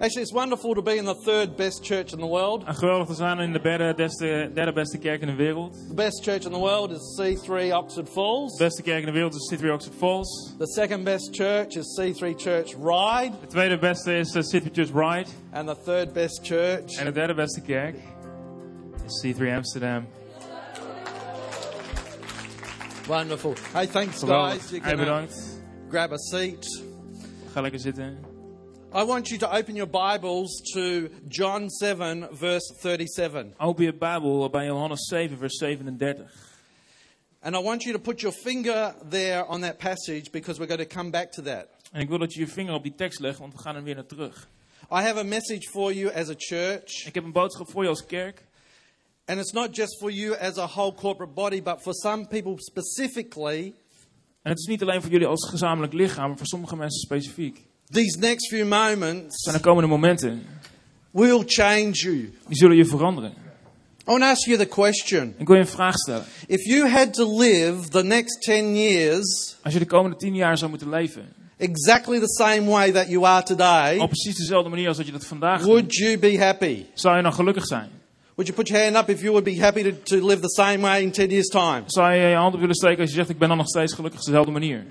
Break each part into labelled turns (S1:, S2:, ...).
S1: Actually, it's wonderful to be in the third best church in the world.
S2: En geweldig te zijn in de derde, beste, derde beste kerk in de wereld.
S1: The best church in the world is C3 Oxford Falls.
S2: De beste kerk in de wereld is City Oxford Falls.
S1: The second best church is C3 Church Ride.
S2: De tweede beste is eh, City Church Ride.
S1: And the third best church
S2: En de derde beste kerk is C3 Amsterdam.
S1: Wonderful. Hey, thanks, guys. You
S2: Geweldig. Hey,
S1: can uh,
S2: bedankt.
S1: grab a seat.
S2: Ga lekker zitten.
S1: I want you to open your Bibles to John 7, verse 37.
S2: Open je Bijbel bij Johannes 7, vers 37.
S1: And I want you to put your finger there on that passage because we're going to come back to that.
S2: En ik wil dat je je vinger op die tekst legt, want we gaan er weer naar terug.
S1: I have a message for you as a church,
S2: Ik heb een boodschap voor je als kerk.
S1: and it's not just for you as a whole corporate body, but for some people specifically.
S2: En het is niet alleen voor jullie als gezamenlijk lichaam, maar voor sommige mensen specifiek.
S1: These next few moments
S2: En er komen er momenten,
S1: will change you.
S2: die zullen je veranderen.
S1: I want to ask you the question
S2: Ik wil je een vraag stellen.
S1: if you had to live the next 10 years
S2: Als je de komende tien jaar zou moeten leven,
S1: exactly the same way that you are today,
S2: op precies dezelfde manier als dat je dat vandaag doet,
S1: would you be happy?
S2: zou je dan gelukkig zijn?
S1: Would you put your hand up if you would be happy to, to live the same way in 10 years' time?
S2: Zou je je hand op willen steken als je zegt, ik ben dan nog steeds gelukkig op dezelfde manier?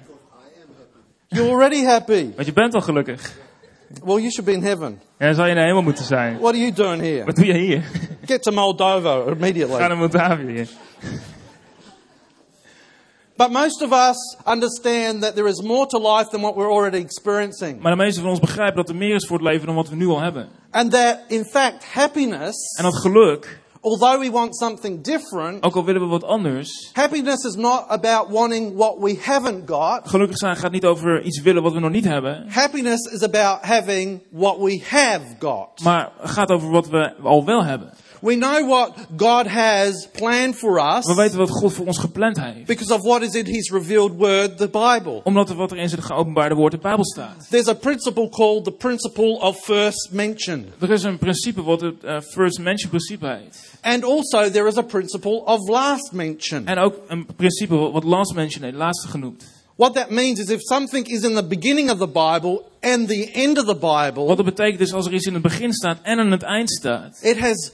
S1: You're already happy.
S2: Want je bent al gelukkig.
S1: Well, you should be in heaven.
S2: En dan zou je in de hemel moeten zijn.
S1: What are you doing here?
S2: Wat doe je hier?
S1: Get to Moldova
S2: Ga
S1: immediately.
S2: naar Moldavië.
S1: But most of us understand that there is more to life than what we're already experiencing.
S2: Maar de meesten van ons begrijpen dat er meer is voor het leven dan wat we nu al hebben.
S1: And that, in fact, happiness,
S2: En dat geluk,
S1: although we want something different,
S2: ook al willen we wat anders,
S1: happiness is not about wanting what we haven't got.
S2: gelukkig zijn gaat niet over iets willen wat we nog niet hebben.
S1: Happiness is about having what we have got.
S2: Maar het gaat over wat we al wel hebben.
S1: We know what God has planned for us
S2: We weten wat God voor ons gepland heeft.
S1: because of what is in His revealed word, the Bible.
S2: Omdat er wat er in zijn geopenbaarde woord de Bijbel staat.
S1: There's a principle called the principle of first mention.
S2: Er is een principe wat het eh, First Mention principe heet.
S1: And also there is a principle of last mention.
S2: En ook een principe wat Last Mention heet, laatste genoemd.
S1: What that means is if something is in the beginning of the Bible and the end of the Bible,
S2: Wat dat betekent is als er iets in het begin staat en aan het eind staat,
S1: it has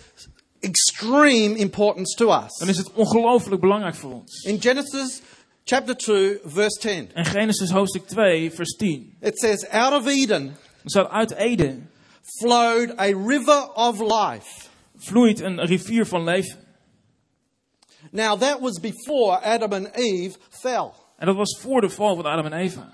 S1: extreme importance to us.
S2: dan is het ongelooflijk belangrijk voor ons.
S1: In Genesis chapter 2, verse 10,
S2: En Genesis hoofdstuk 2, vers 10.
S1: it says, Out of Eden
S2: Er staat uit Eden
S1: flowed a river of life.
S2: vloeit een rivier van leven.
S1: Now that was before Adam and Eve fell.
S2: En dat was voor de val van Adam en Eva.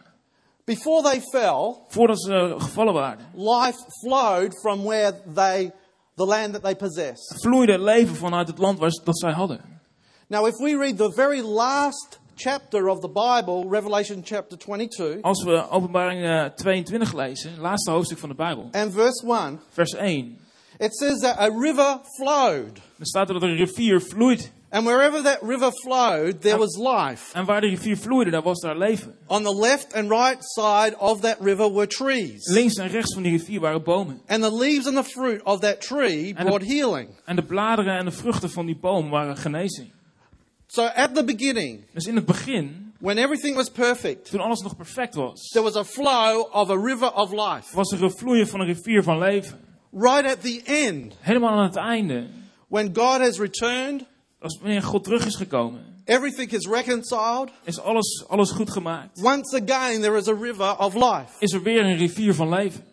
S1: Before they fell,
S2: Voordat ze eh, gevallen waren.
S1: life flowed from where they, the land that they possessed.
S2: Vloeide het leven vanuit het land waar, ze- dat zij hadden.
S1: Now, if we read the very last chapter of the Bible, Revelation chapter 22,
S2: Als we openbaring eh, 22 lezen, het laatste hoofdstuk van de Bijbel.
S1: and verse 1,
S2: Vers 1.
S1: it says that a river flowed.
S2: Dan staat er dat er een rivier vloeit.
S1: And wherever that river flowed, there was life.
S2: En waar de rivier vloeide, daar was daar leven.
S1: On the left and right side of that river were trees.
S2: Links en rechts van die rivier waren bomen.
S1: And the leaves and the fruit of that tree
S2: And the-
S1: brought healing.
S2: En de bladeren en de vruchten van die boom waren genezing.
S1: So at the beginning,
S2: Dus in het begin,
S1: when everything was perfect,
S2: toen alles nog perfect was,
S1: there was a flow of a river of life.
S2: was er een vloeien van een rivier van leven.
S1: Right at the end,
S2: Helemaal aan het einde,
S1: when God has returned,
S2: als wanneer God terug is gekomen,
S1: everything is reconciled.
S2: is alles, alles goed gemaakt.
S1: Once again, there is a river of life.
S2: is er weer een rivier van leven.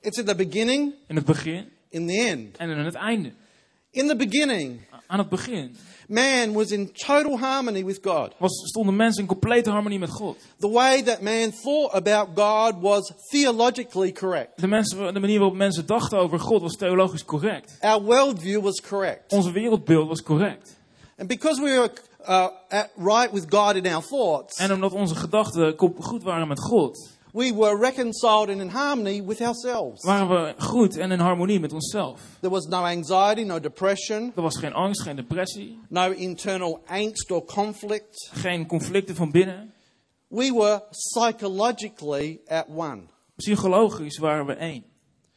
S1: It's in the beginning,
S2: In het begin
S1: in the end.
S2: en in het einde.
S1: In the beginning,
S2: Aan het begin
S1: man was in total harmony with God.
S2: was, stonden mensen in complete harmonie met God.
S1: The way that man thought about God was theologically correct.
S2: De, mensen, de manier waarop mensen dachten over God was theologisch correct.
S1: Our worldview was correct.
S2: Onze wereldbeeld was correct.
S1: And because we were uh, at right with God in our thoughts,
S2: En omdat onze gedachten co- goed waren met God,
S1: we were reconciled and in harmony with ourselves.
S2: waren we goed en in harmonie met onszelf.
S1: There was no anxiety, no depression,
S2: Er was geen angst, geen depressie,
S1: no internal angst or conflict.
S2: geen conflicten van binnen.
S1: We were psychologically at one.
S2: Psychologisch waren we één.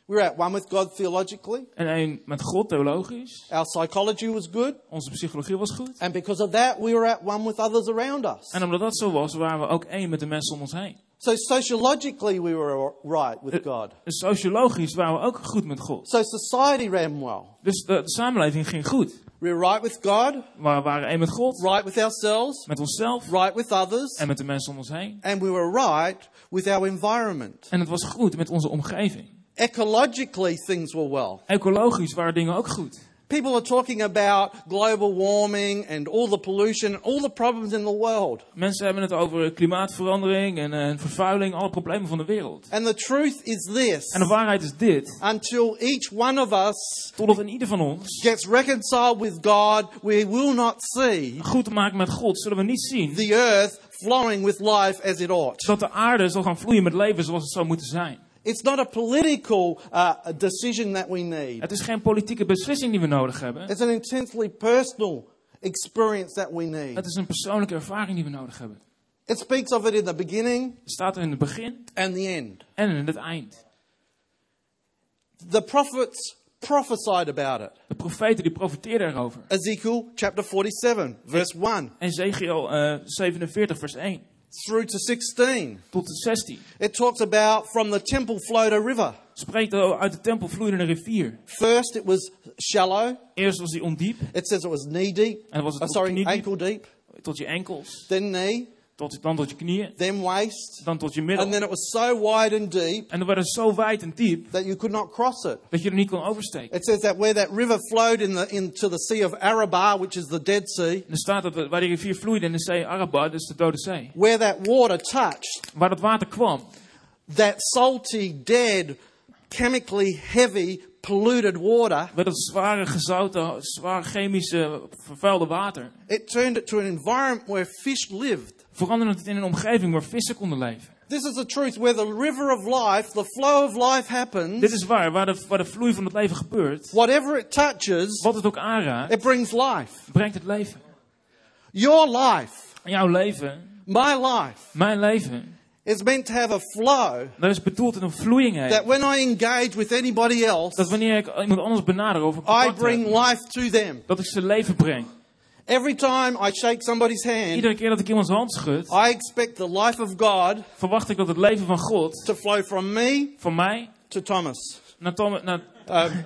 S1: We were at one with God theologically.
S2: En één met God, theologisch.
S1: Our psychology was good,
S2: Onze psychologie was goed.
S1: and because of that, we were at one with others around us.
S2: En omdat dat zo was, waren we ook één met de mensen om ons heen.
S1: So sociologically, we were right with God.
S2: Dus sociologisch waren we ook goed met God.
S1: So society ran well.
S2: Dus de, de samenleving ging goed.
S1: We were right with God,
S2: We waren één met God,
S1: right with ourselves,
S2: met onszelf
S1: right with others,
S2: en met de mensen om ons heen.
S1: and we were right with our environment.
S2: En het was goed met onze omgeving.
S1: Ecologically, things were well.
S2: Ecologisch waren dingen ook goed.
S1: People are talking about global warming and all the pollution, all the problems in the world.
S2: Mensen hebben het over klimaatverandering en, eh, vervuiling, alle problemen van de wereld.
S1: And the truth is this
S2: En de waarheid is dit.
S1: until each one of us
S2: Totdat in ieder van ons
S1: gets reconciled with God, we will not see
S2: goed te maken met God, zullen we niet zien
S1: the earth flowing with life as it ought.
S2: dat de aarde zal gaan vloeien met leven zoals het zou moeten zijn.
S1: It's not a political uh, decision that we need,
S2: Het is geen politieke beslissing die we nodig hebben.
S1: it's an intensely personal experience that we need.
S2: Het is een persoonlijke ervaring die we nodig hebben.
S1: It speaks of it in the beginning
S2: Het staat er in het begin
S1: and the end.
S2: en in het eind.
S1: The prophets prophesied about it.
S2: De profeten die profiteerden erover.
S1: Ezekiel chapter 47, verse 1
S2: Ezekiel eh 47 vers 1
S1: through to 16.
S2: tot en 16
S1: It talks about from the temple flowed a river.
S2: spreekt er uit de tempel vloeiende rivier.
S1: First, it was shallow.
S2: Eerst was die ondiep
S1: It says it was knee deep.
S2: En was het
S1: Oh,
S2: tot
S1: sorry,
S2: knie-diep?
S1: ankle deep.
S2: tot je enkels,
S1: Then knee,
S2: tot, dan tot je knieën,
S1: then waist.
S2: dan tot je middel.
S1: And then it was so wide and deep
S2: En dan werd het zo wijd en diep
S1: that you could not cross it.
S2: dat je er niet kon oversteken.
S1: It says that where that river flowed in the, into the sea of Arabah, which is the Dead Sea,
S2: En er staat dat we- waar die rivier vloeide in de zee Araba, dus de Dode Zee,
S1: where that water touched,
S2: waar dat water kwam,
S1: that salty, dead, chemically heavy, polluted water,
S2: werd dat zware gezouten, zwaar chemische vervuilde water,
S1: it turned it to an environment where fish lived.
S2: veranderde het in een omgeving waar vissen konden leven.
S1: This is the truth where the river of life, the flow of life happens.
S2: Dit is waar, waar de, waar de vloei van het leven gebeurt.
S1: Whatever it touches,
S2: Wat het ook aanraakt,
S1: it brings life.
S2: brengt het leven.
S1: Your life,
S2: En jouw leven,
S1: my life,
S2: mijn leven,
S1: is meant to have a flow
S2: dat is bedoeld in een vloeiing heen.
S1: that when I engage with anybody else,
S2: Dat wanneer ik iemand anders benader over
S1: I
S2: contact
S1: bring
S2: heb,
S1: life to them.
S2: dat ik ze leven breng.
S1: Every time I shake somebody's hand,
S2: Iedere keer dat ik iemands hand schud,
S1: I expect the life of God
S2: verwacht ik dat het leven van God,
S1: to flow from me
S2: van mij,
S1: to Thomas,
S2: naar Tom, naar
S1: um,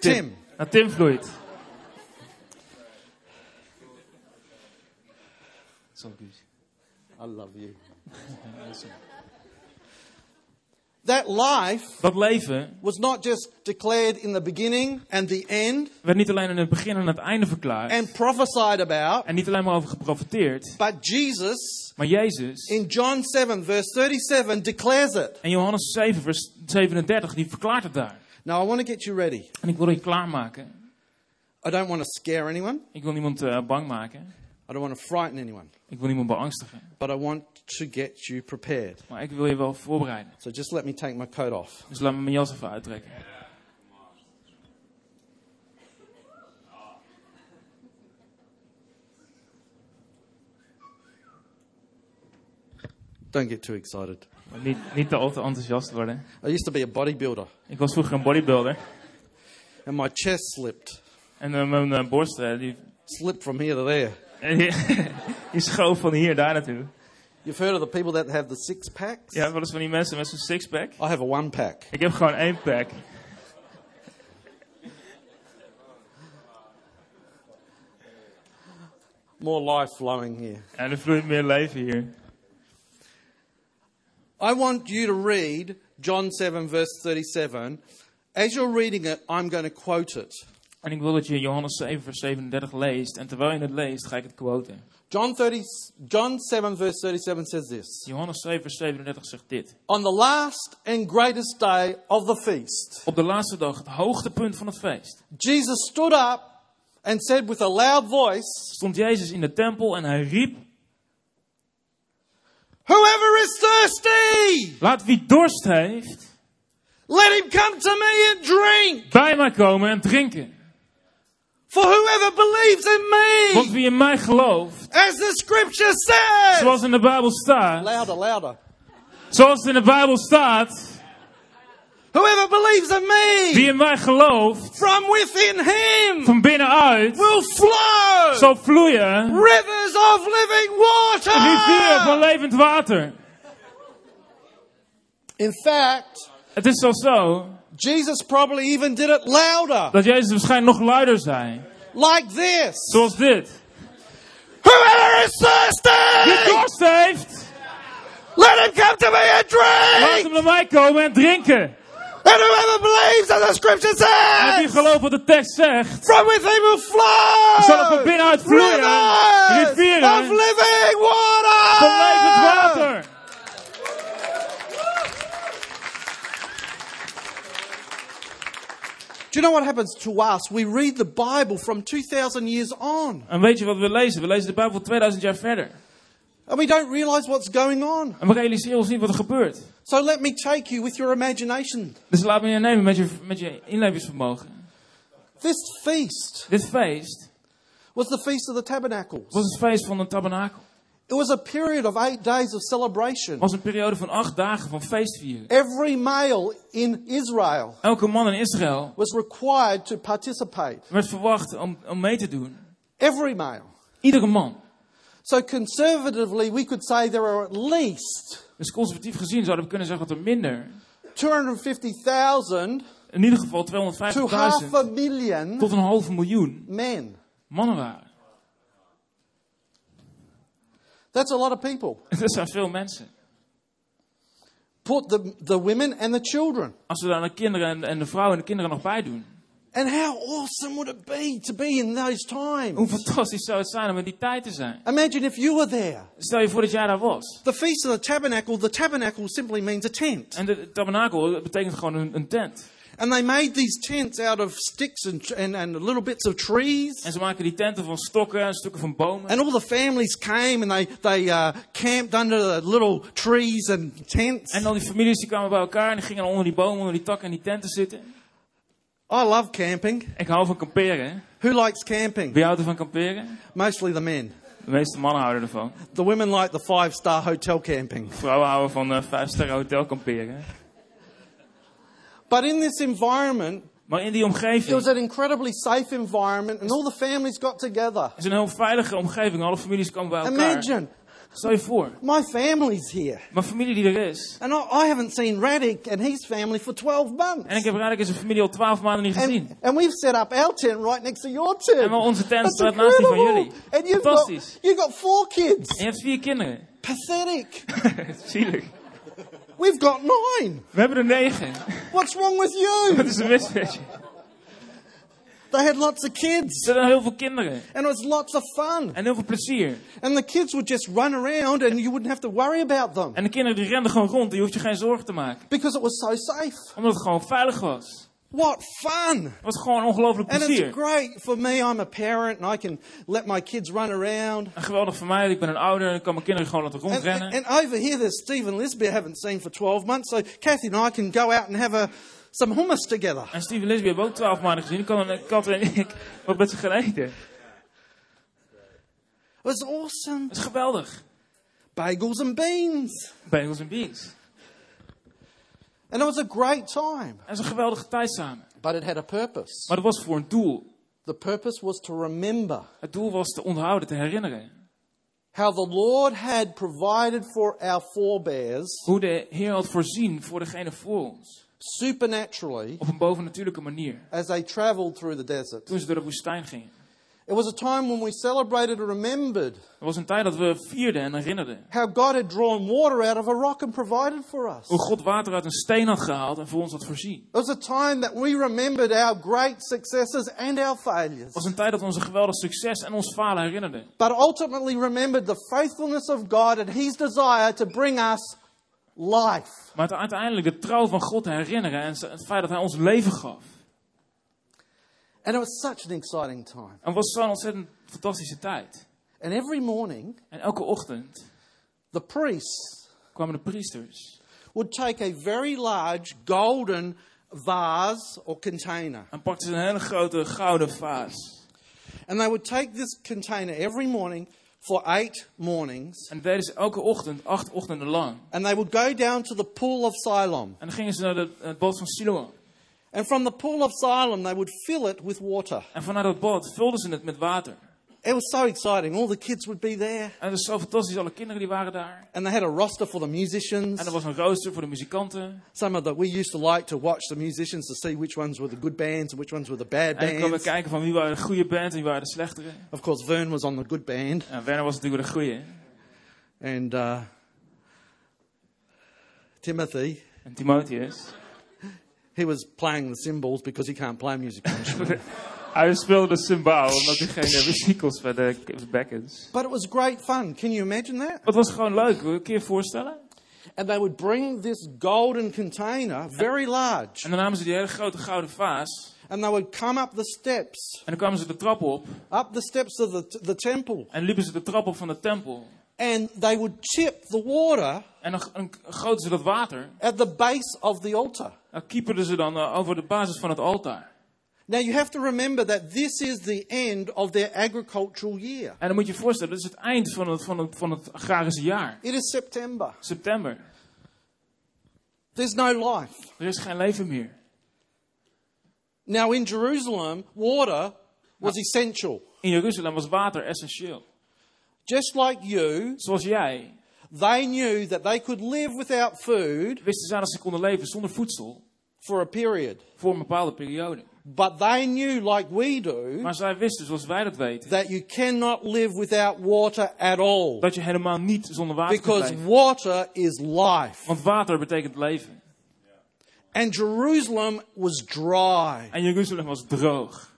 S1: Tim.
S2: Naar Nou, Tim vloeit. Zo goed.
S1: I love you. that life
S2: Dat leven
S1: was not just declared in the beginning and the end
S2: werd niet alleen in het begin en aan het einde verklaard.
S1: and prophesied about,
S2: En niet alleen maar over geprofiteerd.
S1: but Jesus
S2: Maar Jezus
S1: in John 7, verse 37, declares it.
S2: en Johannes 7, vers 37, die verklaart het daar.
S1: Now, I want to get you ready.
S2: En ik wil je klaarmaken.
S1: I don't want to scare anyone,
S2: Ik wil niemand eh, bang maken.
S1: I don't want to frighten anyone,
S2: Ik wil niemand beangstigen.
S1: but I want to get you prepared.
S2: Maar ik wil je wel voorbereiden.
S1: So just let me take my coat off.
S2: Dus laat me mijn jas even uittrekken.
S1: Don't get too excited.
S2: Maar niet, niet te al te enthousiast worden.
S1: I used to be a bodybuilder,
S2: Ik was vroeger een bodybuilder.
S1: and my chest slipped.
S2: En eh, mijn eh, borst, eh, die,
S1: Slipped from here to there.
S2: die schoof van hier daar naartoe.
S1: You've heard of the people that have the six packs?
S2: Ja, wel eens van die mensen met zo'n sixpack.
S1: I have a one pack.
S2: Ik heb gewoon één pack.
S1: More life flowing here.
S2: En er vloeit meer leven hier.
S1: I want you to read John 7, verse 37. As you're reading it, I'm going to quote it.
S2: En ik wil dat je Johannes 7, vers 37 leest. En terwijl je het leest, ga ik het quoten.
S1: John, 30, John 7, verse 37 says this
S2: Johannes 7, vers 37 zegt dit.
S1: On the last and greatest day of the feast,
S2: Op de laatste dag, het hoogtepunt van het feest,
S1: Jesus stood up and said with a loud voice,
S2: stond Jezus in de tempel en hij riep...
S1: Whoever is thirsty,
S2: Laat wie dorst heeft,
S1: let him come to me and drink.
S2: bij mij komen en drinken.
S1: For whoever believes in
S2: Want
S1: me,
S2: wie in mij gelooft,
S1: as the scripture says,
S2: zoals in de Bijbel staat...
S1: louder, louder.
S2: Zoals het in de Bijbel staat...
S1: Whoever believes in
S2: Wie
S1: me
S2: in mij gelooft,
S1: from within him
S2: van binnenuit,
S1: will flow
S2: zal vloeien...
S1: rivers of living
S2: Rivieren
S1: water.
S2: van levend water.
S1: In fact,
S2: Het is zelfs zo
S1: Jesus probably even did it louder,
S2: dat Jezus waarschijnlijk nog luider zei.
S1: like this.
S2: Zoals dit.
S1: Whoever is
S2: Wie
S1: thirsty,
S2: dorst heeft,
S1: let him come to me and
S2: laat
S1: drink.
S2: hem naar mij komen en drinken.
S1: And whoever believes, as the scripture
S2: En wie
S1: says,
S2: gelooft wat de tekst zegt,
S1: from within will flow
S2: zal er van binnenuit vloeien
S1: rivers
S2: rivieren
S1: of living
S2: van
S1: Ah.
S2: levend
S1: water.
S2: water.
S1: Do you know what happens to us? We read the Bible from 2,000 years on,
S2: En weet je wat we lezen? We lezen de Bijbel 2000 jaar verder.
S1: and we don't realize what's going on.
S2: En we realiseren ons niet wat er gebeurt.
S1: So let me take you with your imagination.
S2: Dus laat me je nemen met je, met je inlevingsvermogen.
S1: This feast
S2: Dit feest
S1: was the Feast of the Tabernacles.
S2: was het feest van de tabernakel.
S1: It was a period of eight days of celebration.
S2: Het was een periode van acht dagen van feestvieren.
S1: Every male in Israel
S2: Elke man in Israël
S1: was required to participate.
S2: werd verwacht om, om mee te doen.
S1: Every male.
S2: Iedere man.
S1: So conservatively, we could say there are at least
S2: Dus conservatief gezien zouden we kunnen zeggen dat er minder.
S1: 250,000
S2: In ieder geval
S1: to half
S2: 250.000
S1: a million
S2: tot een half miljoen
S1: men.
S2: mannen waren.
S1: That's a lot of people.
S2: Dat zijn veel mensen.
S1: Put the, the women and the children.
S2: Als we daar de kinderen en, en de vrouwen en de kinderen nog bij doen.
S1: And how awesome would it be to be in those
S2: Hoe
S1: times?
S2: fantastisch zou het zijn om in die tijd te zijn.
S1: Imagine if you were there.
S2: Stel je voor dat jij daar was.
S1: The Feast of the Tabernacle, the tabernacle simply means a tent.
S2: En de tabernakel dat betekent gewoon een, een tent.
S1: And they made these tents out of sticks and, and, and little bits of trees.
S2: En ze maken die tenten van stokken en stukken van bomen.
S1: And all the families came and they, they uh, camped under the little trees and tents.
S2: En dan die families die kwamen bij elkaar en die gingen onder die bomen, onder die takken en die tenten zitten.
S1: I love camping.
S2: Ik hou van kamperen.
S1: Who likes camping?
S2: Wie houdt er van kamperen?
S1: Mostly the men.
S2: De meeste mannen houden ervan.
S1: The women like the five star hotel camping.
S2: Vrouwen houden van eh vijf sterren hotel kamperen.
S1: But in this environment,
S2: Maar in die
S1: it was
S2: omgeving,
S1: an incredibly safe environment and all the families got together.
S2: het is een heel veilige omgeving. Alle families komen bij elkaar.
S1: Imagine,
S2: Stel je voor,
S1: my family's here.
S2: mijn familie die er is.
S1: And I, I haven't seen Radic and his family for 12
S2: En ik
S1: months.
S2: heb eigenlijk zijn familie al twaalf maanden niet gezien.
S1: And, and we've set up our tent right next to your tent.
S2: En wel onze tent
S1: That's
S2: staat naast die van
S1: incredible.
S2: jullie.
S1: And you've got,
S2: Fantastisch.
S1: you've got four kids.
S2: En je hebt vier kinderen.
S1: Pathetic.
S2: Zielig.
S1: We've got nine.
S2: We hebben er negen.
S1: What's wrong with
S2: Dat
S1: you?
S2: is een mis met je. Er
S1: They had lots of kids.
S2: zijn heel veel kinderen.
S1: And it was lots of fun.
S2: En heel veel plezier.
S1: And the kids would just run around and you wouldn't have to worry about them
S2: En de kinderen die renden gewoon rond. Je hoeft je geen zorgen te maken.
S1: because it was so safe.
S2: Omdat het gewoon veilig was.
S1: What fun!
S2: Het was gewoon ongelooflijk
S1: And it's
S2: plezier.
S1: great for me. I'm a parent and I can let my kids run around.
S2: En geweldig voor mij. Ik ben een ouder en ik kan mijn kinderen gewoon laten
S1: And,
S2: rondrennen.
S1: and over here, there's Steve and Lisbeth I haven't seen for 12 months. So Kathy and I can go out and have a, some hummus together.
S2: En Steve en Lisbeth hebben ook twaalf maanden gezien. Ik kan een kat en ik wat met ze gaan eten.
S1: It was awesome.
S2: Het is geweldig.
S1: Bagels and beans.
S2: Bagels en beans.
S1: And it was a great time.
S2: En het is een geweldige tijd samen.
S1: But it had a purpose.
S2: Maar dat was voor een doel.
S1: The purpose was to remember
S2: Het doel was te onthouden, te herinneren.
S1: how the Lord had provided for our forebears
S2: Hoe de Heer had voorzien voor degene voor ons.
S1: supernaturally
S2: Op een bovennatuurlijke manier.
S1: as they traveled through the desert.
S2: Toen ze door de woestijn gingen.
S1: It was a time when we celebrated and remembered
S2: Er was een tijd dat we vierden en herinnerden.
S1: how God had drawn water out of a rock and provided for us.
S2: Hoe God water uit een steen had gehaald en voor ons had voorzien.
S1: It was a time that we remembered our great successes and our failures,
S2: Het was een tijd dat we onze geweldig succes en ons falen herinnerden.
S1: but ultimately remembered the faithfulness of God and His desire to bring us life.
S2: Maar het- uiteindelijk de trouw van God herinneren en z- het feit dat Hij ons leven gaf.
S1: And it was such an exciting time.
S2: En het was zo'n ontzettend fantastische tijd.
S1: And every morning,
S2: En elke ochtend
S1: the priests
S2: kwamen de priesters
S1: would take a very large golden vase or container.
S2: en pakten ze een hele grote gouden vaas.
S1: And they would take this container every morning for eight mornings.
S2: En dat deden ze elke ochtend, acht ochtenden lang.
S1: And they would go down to the pool of Siloam.
S2: En dan gingen ze naar de, het bad van Siloam.
S1: And from the pool of Siloam, they would fill it with water.
S2: En vanuit dat bad vulden ze het met water.
S1: It was so exciting. All the kids would be there,
S2: En dat is zo fantastisch. Alle kinderen die waren daar.
S1: and they had a roster for the musicians.
S2: En er was een rooster voor de muzikanten.
S1: Some of the we used to like to watch the musicians to see which ones were the good bands and which ones were the bad
S2: En dan konden we
S1: bands.
S2: kijken van wie waren de goede band en wie waren de slechtere.
S1: Of course, Vern was on the good band,
S2: En Werner was natuurlijk weer de goede.
S1: and uh, Timothy
S2: En Timotheus.
S1: he was playing the cymbals because he can't play music.
S2: Hij speelde de cymbaal omdat hij geen eh, muziek kon spelen. Backends.
S1: but it was great fun. Can you imagine that?
S2: Het was gewoon leuk. Wil je een keer voorstellen?
S1: And they would bring this golden container, very large,
S2: En dan namen ze die hele grote gouden vaas.
S1: and they would come up the steps,
S2: En dan kwamen ze de trap op.
S1: up the steps of the, the temple,
S2: En liepen ze de trap op van de tempel.
S1: and they would chip the water
S2: En dan dan goten ze dat water.
S1: at the base of the altar.
S2: Dan kieperden ze dan eh, over de basis van het altaar.
S1: Now you have to remember that this is the end of their agricultural year.
S2: En dan moet je je voorstellen, dat is het eind van het, van het, van het agrarische jaar.
S1: It is September.
S2: September.
S1: There's no life.
S2: Er is geen leven meer.
S1: Now in Jerusalem, water was essential.
S2: In Jeruzalem was water essentieel.
S1: Just like you,
S2: Zoals jij.
S1: they knew that they could live without food
S2: Wisten zij dat ze konden leven zonder voedsel.
S1: for a period.
S2: Voor een bepaalde periode.
S1: But they knew, like we do,
S2: Maar zij wisten, zoals wij dat weten.
S1: that you cannot live without water at all.
S2: Dat je helemaal niet zonder water kunt
S1: Because
S2: leven.
S1: water is life.
S2: Want water betekent leven.
S1: And Jerusalem was dry.
S2: En Jeruzalem was droog.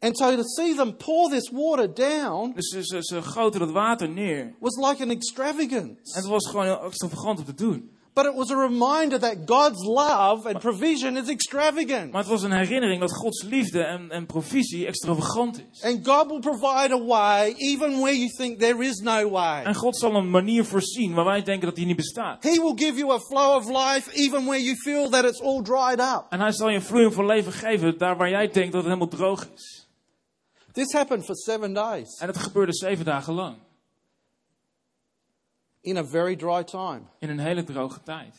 S1: And so to see them pour this water down
S2: Dus ze, ze, ze goten dat water neer.
S1: was like an
S2: En
S1: extravagance.
S2: het was gewoon heel extravagant om te doen.
S1: But it was a reminder that God's love and provision is extravagant.
S2: Maar het was een herinnering dat Gods liefde en, en provisie extravagant is.
S1: And God will provide a way even where you think there is no way.
S2: En God zal een manier voorzien waar wij denken dat die niet bestaat.
S1: He will give you a flow of life even where you feel that it's all dried up.
S2: En hij zal je een vloeiend van leven geven daar waar jij denkt dat het helemaal droog is.
S1: This happened for seven days
S2: En het gebeurde zeven dagen lang.
S1: in a very dry time.
S2: In een hele droge tijd.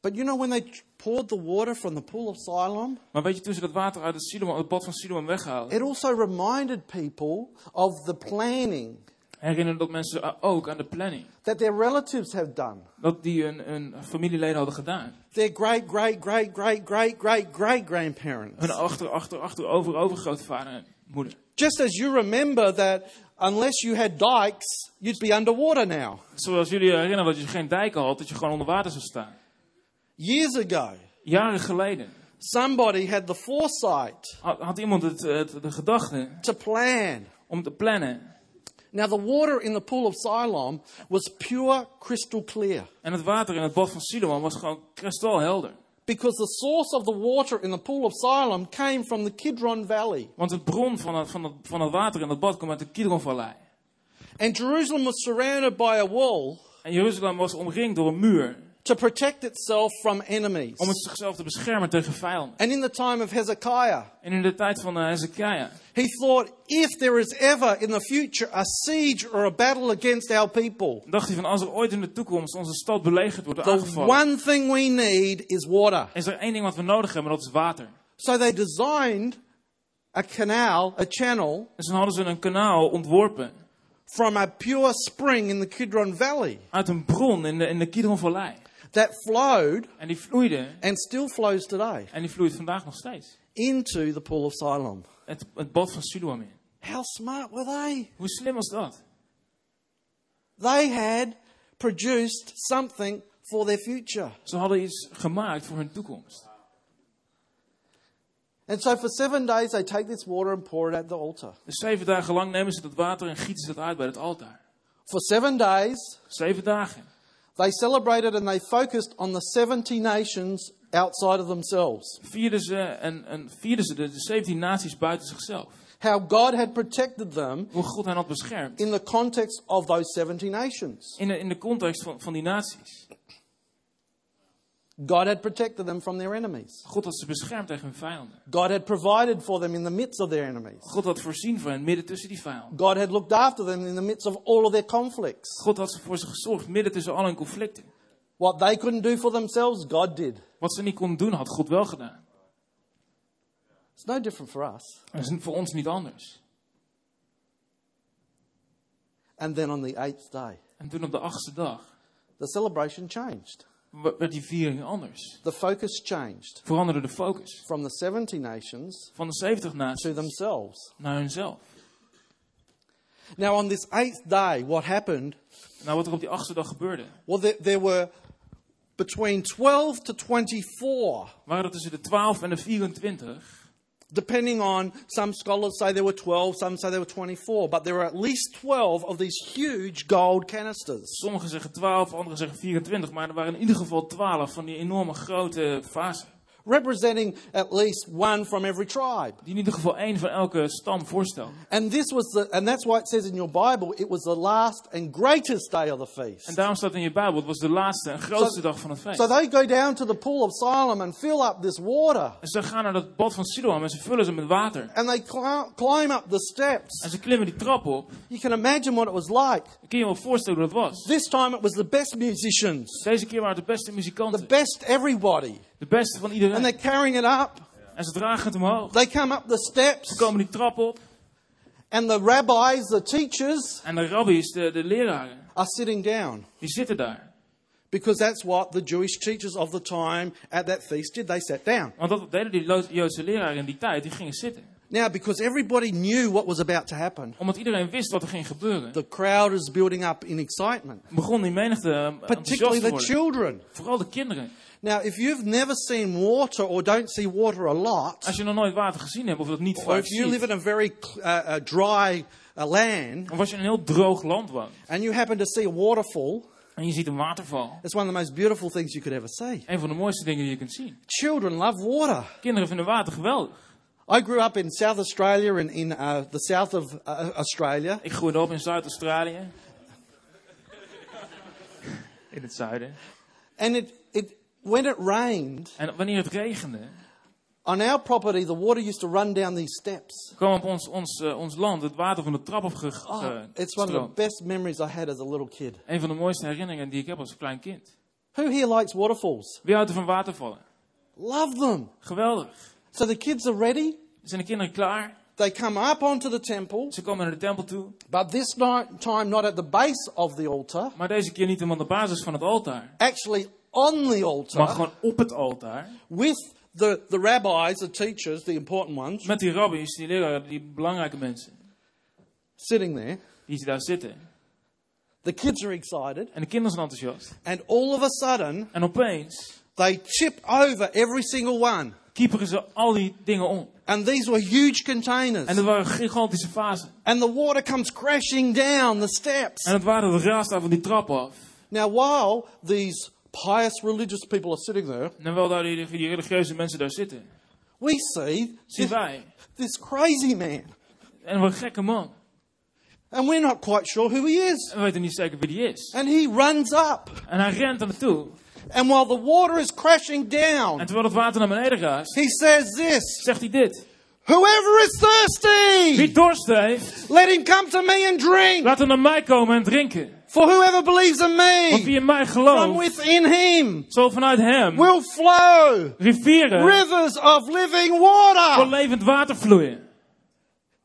S1: But you know, when they tr- poured the water from the pool of Siloam,
S2: Maar weet je, toen ze dat water uit het, Siloam, het bad van Siloam weghaalden,
S1: it also reminded people of the planning
S2: herinnerde dat mensen eh, ook aan de planning.
S1: that their relatives have done.
S2: Dat die hun, hun familieleden hadden gedaan.
S1: Their great, great, great, great, great, great, great grandparents.
S2: Hun achter, achter, achter, over, overgrootvader en moeder.
S1: Just as you remember that unless you had dikes, you'd be underwater now.
S2: Zoals jullie herinneren dat je geen dijken had, dat je gewoon onder water zou staan.
S1: Years ago,
S2: Jaren geleden
S1: somebody had the foresight
S2: had, had iemand het, het- de gedachte
S1: to plan.
S2: om te plannen.
S1: Now, the water in the pool of Siloam was pure, crystal clear
S2: En het water in het bad van Siloam was gewoon kristalhelder.
S1: because the source of the water in the pool of Siloam came from the Kidron Valley.
S2: Want het bron van het, van het, van het water in het bad kwam uit de Kidronvallei.
S1: And Jerusalem was surrounded by a wall
S2: En Jeruzalem was omringd door een muur
S1: to protect itself from enemies.
S2: om het zichzelf te beschermen tegen vijanden.
S1: And in the time of Hezekiah,
S2: En in de tijd van eh, Hezekiah
S1: He thought, if there is ever in the future a siege or a battle against our people,
S2: dacht hij van als er ooit in de toekomst onze stad belegerd wordt
S1: the
S2: aangevallen,
S1: one thing we need is water.
S2: is er één ding wat we nodig hebben, dat is water.
S1: So they designed a canal, a channel,
S2: Dus dan hadden ze een kanaal ontworpen
S1: from a pure spring in the Kidron Valley
S2: uit een bron in de, in de Kidronvallei.
S1: that flowed
S2: En die vloeide,
S1: and still flows today
S2: en die vloeit vandaag nog steeds,
S1: into the Pool of Siloam.
S2: het, het bad van Siloam in.
S1: How smart were they?
S2: Hoe slim was dat?
S1: They had produced something for their future.
S2: Ze hadden iets gemaakt voor hun toekomst.
S1: And so for seven days they take this water and pour it at the altar.
S2: Dus zeven dagen lang nemen ze dat water en gieten ze dat uit bij het altaar.
S1: For seven days,
S2: Zeven dagen.
S1: They celebrated and they focused on the 70 nations outside of themselves.
S2: Vierden ze, en, en vierden ze de, de 17 naties buiten zichzelf.
S1: How God had protected them
S2: Hoe God hen had beschermd.
S1: in the context of those 70 nations.
S2: In de, in de context van, van die naties.
S1: God had protected them from their enemies.
S2: God had ze beschermd tegen hun vijanden.
S1: God had provided for them in the midst of their enemies.
S2: God had voorzien voor hen midden tussen die vijanden.
S1: God had looked after them in the midst of all of their conflicts.
S2: God had ze voor ze gezorgd midden tussen al hun conflicten.
S1: What they couldn't do for themselves, God did.
S2: Wat ze niet konden doen, had God wel gedaan.
S1: It's no different for us.
S2: Dat is voor ons niet anders.
S1: And then on the eighth day,
S2: En toen op de achtste dag
S1: the celebration changed.
S2: w- werd die viering anders.
S1: The focus changed
S2: Veranderde de focus
S1: from the 70 nations
S2: van de 70 naties
S1: to themselves.
S2: naar hunzelf.
S1: Now, on this eighth day, what happened
S2: Nou, wat er op die achtste dag gebeurde,
S1: Well, there, there were between 12 to 24,
S2: waren er tussen de 12 en de 24.
S1: depending on some scholars say there were 12, some say there were 24, but there were at least 12 of these huge gold canisters.
S2: Sommigen zeggen 12, anderen zeggen 24, maar er waren in ieder geval 12 van die enorme grote fasen.
S1: Representing at least one from every tribe.
S2: Die in ieder geval één van elke stam voorstelden.
S1: And this was the and that's why it says in your Bible it was the last and greatest day of the
S2: En
S1: feast.
S2: daarom staat in je Bijbel, het was de laatste en grootste dag van het feest.
S1: So they go down to the pool of Siloam and fill up this water.
S2: En ze gaan naar dat bad van Siloam en ze vullen ze met water.
S1: And they cl- climb up the
S2: En
S1: steps.
S2: ze klimmen die trap op.
S1: You can imagine what it was like.
S2: Dan kun je je wel voorstellen hoe dat was.
S1: This time it was the best musicians.
S2: Deze keer waren het de beste
S1: the
S2: muzikanten.
S1: best everybody.
S2: De beste van
S1: And they're
S2: iedereen.
S1: carrying it up.
S2: En ze dragen het omhoog.
S1: They come up the steps,
S2: Ze komen die trap op.
S1: and the rabbis, the teachers,
S2: En de rabbi's, de, de leraren,
S1: are sitting down.
S2: die zitten daar.
S1: Because that's what the Jewish teachers of the time at that feast did. They sat down.
S2: Want dat deden die Lo- Joodse leraren in die tijd. Die gingen zitten.
S1: Now, because everybody knew what was about to happen,
S2: Omdat iedereen wist wat er ging gebeuren.
S1: the crowd is building up in excitement,
S2: Begon die menigte eh, enthousiast
S1: particularly
S2: te
S1: the
S2: worden.
S1: children.
S2: Vooral de kinderen.
S1: Now, if you've never seen water or don't see water a lot,
S2: Als je nog nooit water gezien hebt of dat niet
S1: or
S2: vaak
S1: if you live
S2: ziet.
S1: in a very cl- uh, uh, dry uh, land
S2: Of als je in een heel droog land woont.
S1: and you happen to see a waterfall,
S2: En je ziet een waterval.
S1: it's one of the most beautiful things you could ever see.
S2: Een van de mooiste dingen die je kunt zien.
S1: Children love water.
S2: Kinderen vinden water geweldig.
S1: I grew up in South Australia and in uh, the south of uh, Australia,
S2: Ik groeide op in Zuid-Australië. In het zuiden.
S1: and it, it when it rained
S2: En wanneer het regende,
S1: on our property, the water used to run down these steps.
S2: kwam op ons, ons, eh, ons land het water van de trap
S1: Oh,
S2: afgestroomd.
S1: it's one of the best memories I had as a little kid.
S2: Een van de mooiste herinneringen die ik heb als klein kind.
S1: Who here likes waterfalls?
S2: Wie houdt er van watervallen?
S1: Love them.
S2: Geweldig.
S1: So the kids are ready.
S2: Zijn de kinderen klaar?
S1: They come up onto the temple,
S2: Ze komen naar de tempel toe.
S1: but this night, time not at the base of the altar,
S2: Maar deze keer niet helemaal de basis van het altaar.
S1: actually on the altar
S2: Maar gewoon op het altaar.
S1: with the, the rabbis, the teachers, the important ones,
S2: Met die rabbi's, die leraren, die belangrijke mensen.
S1: sitting there.
S2: Die daar zitten.
S1: The kids are excited.
S2: En de kinderen zijn enthousiast.
S1: And all of a sudden,
S2: En opeens
S1: they tip over every single one.
S2: kieperen ze al die dingen om.
S1: And these were huge containers.
S2: En
S1: And
S2: dat
S1: the,
S2: waren gigantische fasen.
S1: water comes crashing down the steps.
S2: En het water dat raast daar van die trap af.
S1: Now, while these pious religious people are sitting there,
S2: En terwijl Nou, daar die, die religieuze mensen daar zitten.
S1: we see
S2: Zien
S1: this,
S2: wij.
S1: this crazy man.
S2: En wat een gekke man.
S1: And we're not quite sure who he is.
S2: En we weten niet zeker wie die is.
S1: And he runs up.
S2: En hij rent er naartoe.
S1: And while the water is crashing
S2: En
S1: down,
S2: terwijl het water naar beneden raast,
S1: he says this
S2: zegt hij dit.
S1: Whoever is
S2: Wie
S1: thirsty,
S2: dorst heeft,
S1: let him come to me and drink.
S2: laat hem naar mij komen en drinken.
S1: For whoever believes in
S2: Want wie
S1: me
S2: in mij
S1: from
S2: gelooft,
S1: within him
S2: zal vanuit hem
S1: will flow
S2: rivieren
S1: rivers of living
S2: van
S1: water.
S2: levend water vloeien.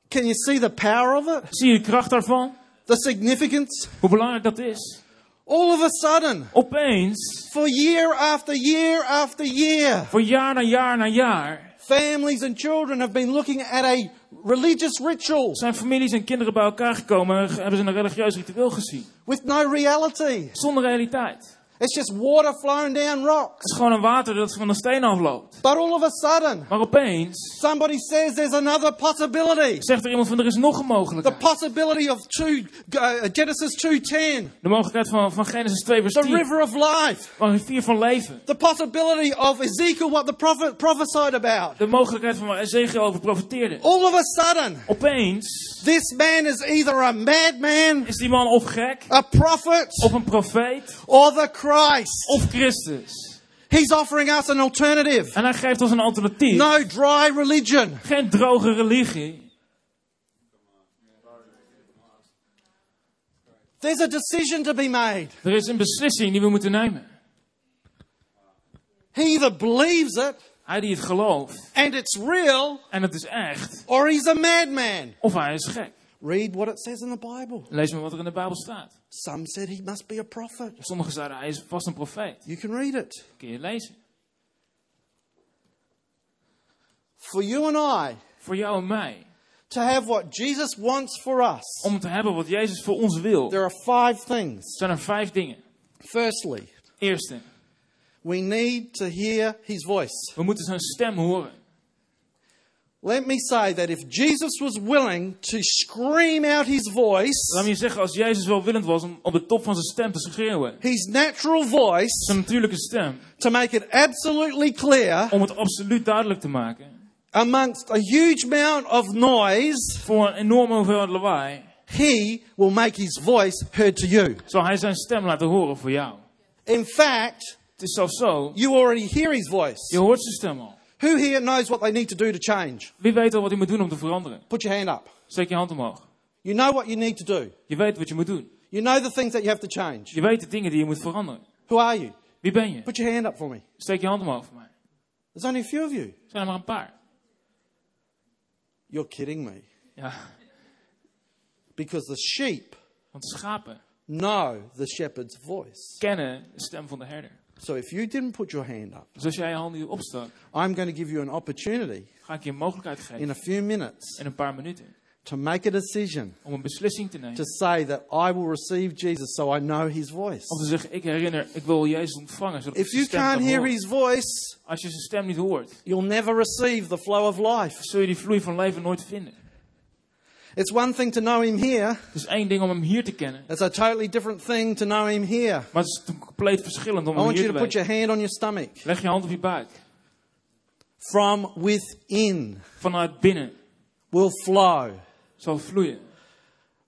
S1: Can you see the power of it?
S2: Zie je de kracht daarvan?
S1: The significance?
S2: Hoe belangrijk dat is?
S1: All of a sudden,
S2: Opeens,
S1: for year after year after year,
S2: voor jaar na jaar na jaar,
S1: families and children have been looking at a religious ritual
S2: zijn families en kinderen bij elkaar gekomen en hebben ze een religieus ritueel gezien.
S1: with no reality.
S2: Zonder realiteit.
S1: It's just water flowing down rocks.
S2: Het is gewoon een water dat van de steen afloopt.
S1: But all of a sudden,
S2: Maar opeens
S1: somebody says there's another possibility.
S2: zegt er iemand van er is nog een
S1: The
S2: mogelijkheid.
S1: possibility of two, uh, Genesis 2.10,
S2: De mogelijkheid van, van Genesis 2 vers
S1: the
S2: 10.
S1: river of life.
S2: Van rivier van leven.
S1: The possibility of Ezekiel, what the prophet prophesied about.
S2: De mogelijkheid van waar Ezekiel over profiteerde.
S1: All of a sudden,
S2: Opeens
S1: this man is either a madman,
S2: is die man of gek,
S1: a prophet,
S2: of een profeet,
S1: or the Christ.
S2: of Christus.
S1: He's offering us an alternative.
S2: En hij geeft ons een alternatief.
S1: No dry religion.
S2: Geen droge religie.
S1: There's a decision to be made.
S2: Er is een beslissing die we moeten nemen.
S1: He either believes it
S2: Hij die het gelooft
S1: and it's real,
S2: en het is echt,
S1: or he's a madman.
S2: of hij is gek.
S1: Read what it says in the Bible.
S2: Lees maar wat er in de Bijbel staat.
S1: Some said he must be a prophet.
S2: Sommigen zeiden, hij is vast een profeet.
S1: You can read it.
S2: Kun je lezen.
S1: For you and I
S2: Voor jou en mij.
S1: to have what Jesus wants for us,
S2: Om te hebben wat Jezus voor ons wil.
S1: there are five things.
S2: Zijn er vijf dingen.
S1: Firstly,
S2: Eerste,
S1: we need to hear his voice.
S2: we moeten zijn stem horen.
S1: Let me say that if Jesus was willing to scream out his voice,
S2: Laat me je zeggen, als Jezus welwillend was om op de top van zijn stem te schreeuwen.
S1: his natural voice,
S2: Zijn natuurlijke stem.
S1: to make it absolutely clear
S2: Om het absoluut duidelijk te maken.
S1: amongst a huge amount of noise,
S2: Voor een enorme hoeveelheid lawaai.
S1: he will make his voice heard to you.
S2: Zal hij zijn stem laten horen voor jou.
S1: In fact,
S2: Het is zelfs zo,
S1: you already hear his voice.
S2: je hoort zijn stem al.
S1: Who here knows what they need to do to change?
S2: Wie weet al wat hij moet doen om te veranderen?
S1: Put your hand up.
S2: Steek je hand omhoog.
S1: You know what you need to do.
S2: Je weet wat je moet doen.
S1: You know the things that you have to change.
S2: Je weet de dingen die je moet veranderen.
S1: Who are you?
S2: Wie ben je?
S1: Put your hand up for me.
S2: Steek je hand omhoog voor mij.
S1: There's only a few of you.
S2: Er zijn er maar een paar.
S1: You're kidding me.
S2: Ja,
S1: Because the sheep
S2: want schapen
S1: know the shepherd's voice.
S2: kennen de stem van de herder.
S1: So if you didn't put your hand up,
S2: Dus als jij je hand niet opstak,
S1: I'm going to give you an opportunity
S2: ga ik je een mogelijkheid geven
S1: in a few minutes
S2: in een paar minuten
S1: to make a decision
S2: om een beslissing te
S1: to
S2: nemen.
S1: say that I will receive Jesus so I know his voice.
S2: Om te zeggen, ik herinner, ik wil Jezus ontvangen. Zodat ik
S1: If
S2: zijn
S1: you
S2: stem
S1: can't
S2: kan
S1: hear
S2: horen.
S1: his voice,
S2: Als je zijn stem niet hoort,
S1: you'll never receive the flow of life.
S2: zul je die vloei van leven nooit vinden.
S1: It's one thing to know him here,
S2: Het is één ding om hem hier te kennen,
S1: it's a totally different thing to know him here.
S2: maar het is een compleet verschillend om
S1: I
S2: hem
S1: want
S2: hier
S1: you
S2: te
S1: to put
S2: weten.
S1: your hand on your stomach
S2: Leg je hand op je buik.
S1: from within
S2: Vanuit binnen
S1: will flow
S2: zal vloeien.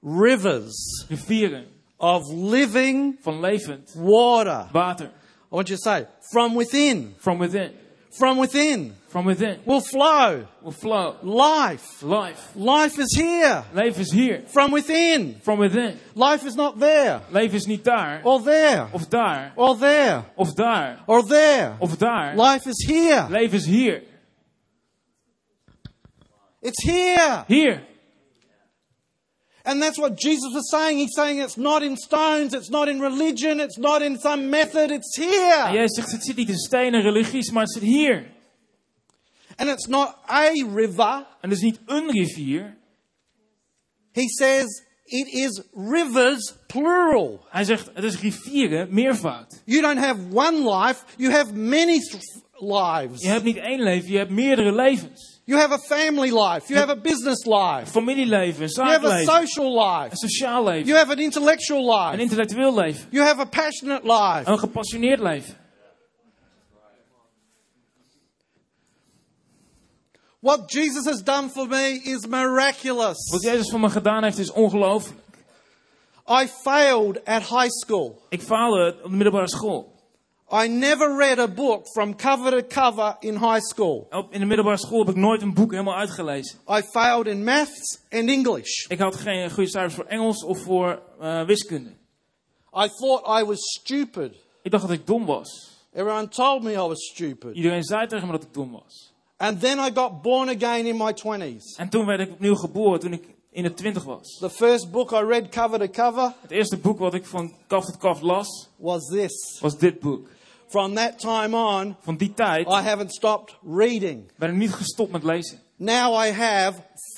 S1: rivers
S2: Rivieren
S1: of living
S2: van levend
S1: water.
S2: water.
S1: I want you to say, from within,
S2: From within.
S1: from within
S2: From within.
S1: will flow
S2: Will flow.
S1: life.
S2: Life.
S1: Life is here,
S2: Leven is hier.
S1: from within.
S2: From within.
S1: Life is not there,
S2: Leven is niet daar.
S1: or there,
S2: Of daar.
S1: or there,
S2: Of daar.
S1: or there.
S2: Of daar.
S1: Life is here.
S2: Leven is hier.
S1: It's here.
S2: Hier.
S1: And that's what Jesus was saying. He's saying it's not in stones, it's not in religion, it's not in some method, it's
S2: En
S1: here.
S2: jij zegt, het zit niet in stenen religies, maar het zit hier.
S1: And it's not a river.
S2: En het is niet een rivier.
S1: He says it is rivers, plural.
S2: Hij zegt, het is rivieren, meervoud.
S1: You don't have one life, you have many th- lives.
S2: Je hebt niet één leven, je hebt meerdere levens.
S1: You have a family life. You have a business life.
S2: Familieleven, een
S1: You have a
S2: zaakleven,
S1: social life.
S2: een sociaal leven,
S1: You have an Oh. intellectual
S2: een
S1: life.
S2: intellectueel leven,
S1: You have a passionate life.
S2: een gepassioneerd leven.
S1: What Jesus has done for me is miraculous.
S2: Wat Jezus voor me gedaan heeft, is ongelooflijk.
S1: I failed at high school.
S2: Ik faalde op de middelbare school.
S1: I never read a book from cover to cover in high school.
S2: Op- In de middelbare school heb ik nooit een boek helemaal uitgelezen.
S1: I failed in maths and English.
S2: Ik had geen goede cijfers voor Engels of voor eh, wiskunde.
S1: I thought I was stupid.
S2: Ik dacht dat ik dom was.
S1: Everyone told me I was stupid.
S2: Iedereen zei tegen me dat ik dom was.
S1: And then I got born again in my 20s.
S2: En toen werd ik opnieuw geboren, toen ik in de twintig was.
S1: The first book I read cover to cover
S2: Het eerste boek wat ik van kaf tot kaf las,
S1: was this.
S2: was dit boek.
S1: From that time on,
S2: Van die tijd
S1: I haven't stopped reading.
S2: ben ik niet gestopt met lezen.
S1: Now I have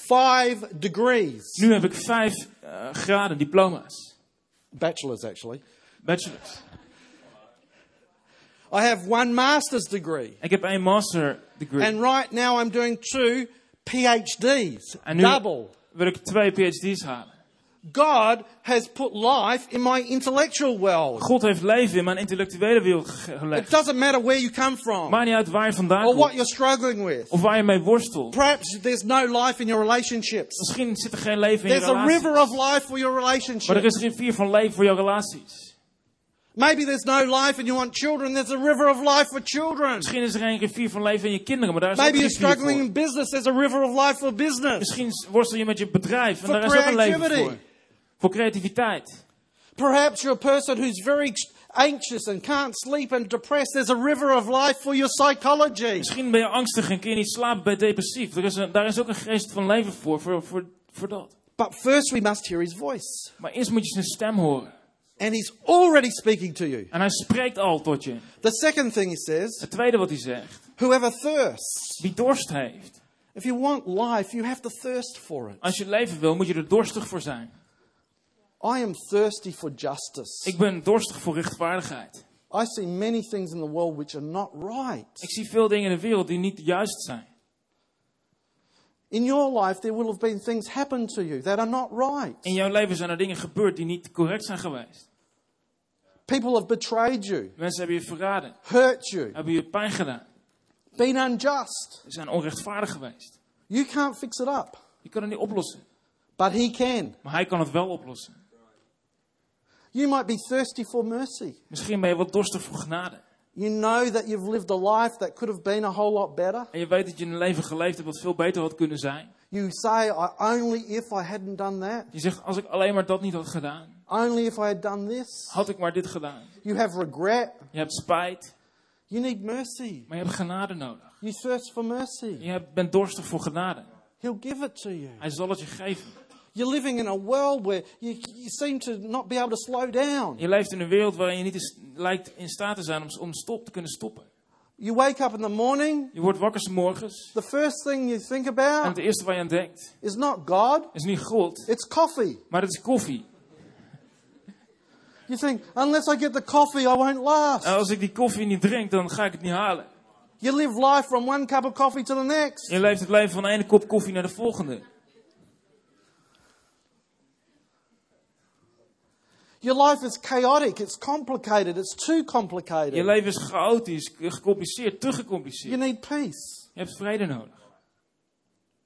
S1: five degrees.
S2: Nu heb ik vijf eh, graden diploma's.
S1: Bachelor's, actually.
S2: Bachelors.
S1: I have one master's degree.
S2: Ik heb één master degree.
S1: And right now I'm doing two PhD's.
S2: En nu-
S1: Double.
S2: wil ik twee PhD's halen.
S1: God has put life in my intellectual world.
S2: God heeft leven in mijn intellectuele wereld ge-
S1: It
S2: gelegd.
S1: doesn't matter where you come from
S2: Maakt niet uit waar je vandaan
S1: or Oh, what
S2: komt.
S1: you're struggling with.
S2: Of waar je mee worstelt.
S1: Perhaps there's no life in your relationships.
S2: Misschien zit er geen leven in je
S1: There's a
S2: relatie.
S1: river of life for your
S2: Maar er
S1: relationship.
S2: is een rivier van leven voor jouw relaties.
S1: Maybe there's no life and you want children. There's a river of life for children.
S2: Misschien is er geen rivier van leven in je kinderen. Maar daar is ook
S1: Maybe
S2: een
S1: you're
S2: rivier
S1: struggling
S2: voor.
S1: in business. There's a river of life for business.
S2: Misschien worstel je met je bedrijf. En
S1: For
S2: daar is ook een leven
S1: creativity.
S2: voor. Voor creativiteit.
S1: Perhaps you're a person who's very anxious and can't sleep and depressed. There's a river of life for your psychology.
S2: Misschien ben je angstig en kun je niet slapen, ben je depressief. Er is een- daar is ook een geest van leven voor, voor, voor, voor dat.
S1: But first, we must hear his voice.
S2: Maar eerst moet je zijn stem horen.
S1: And he's already speaking to you.
S2: En hij spreekt al tot je.
S1: The second thing he says
S2: Het tweede wat hij zegt.
S1: whoever thirsts.
S2: Wie dorst heeft.
S1: If you want life, you have to thirst for it.
S2: Als je leven wil, moet je er dorstig voor zijn.
S1: I am thirsty for justice.
S2: Ik ben dorstig voor rechtvaardigheid.
S1: I see many things in the world which are not right.
S2: Ik zie veel dingen in de wereld die niet juist zijn.
S1: In your life, there will have been things happen to you that are not right.
S2: In jouw leven zijn er dingen gebeurd die niet correct zijn geweest.
S1: People have betrayed you,
S2: Mensen hebben je verraden.
S1: hurt you,
S2: Hebben je pijn gedaan.
S1: been unjust.
S2: Ze zijn onrechtvaardig geweest.
S1: You can't fix it up,
S2: Je kan het niet oplossen.
S1: but He can.
S2: Maar hij kan het wel oplossen.
S1: You might be thirsty for mercy.
S2: Misschien ben je wat dorstig voor genade.
S1: You know that you've lived a life that could have been a whole lot better.
S2: En je weet dat je een leven geleefd hebt wat veel beter had kunnen zijn.
S1: You say, I only if I hadn't done that,
S2: Je zegt, als ik alleen maar dat niet had gedaan.
S1: only if I had done this.
S2: Had ik maar dit gedaan.
S1: You have regret.
S2: Je hebt spijt,
S1: You need mercy.
S2: maar je hebt genade nodig.
S1: You thirst for mercy.
S2: Je hebt- bent dorstig voor genade.
S1: He'll give it to you.
S2: Hij zal het je geven.
S1: You're living in a world where you, you seem to not be able to slow down.
S2: Je leeft in een wereld waarin je niet eens lijkt in staat te zijn om, om stop te kunnen stoppen.
S1: You wake up in the morning,
S2: Je wordt wakker 's morgens
S1: the first thing you think
S2: en
S1: about
S2: het eerste waar je aan denkt
S1: is not God,
S2: is niet God,
S1: it's coffee.
S2: maar het is koffie.
S1: You think, unless I get the coffee, I won't last.
S2: En als ik die koffie niet drink, dan ga ik het niet halen.
S1: You live life from one cup of coffee to the next.
S2: Je leeft het leven van de ene kop koffie naar de volgende.
S1: Your life is chaotic, it's complicated, it's too
S2: Je
S1: complicated.
S2: leven is chaotisch, k- gecompliceerd, te
S1: You
S2: gecompliceerd.
S1: need peace.
S2: Je hebt vrede nodig.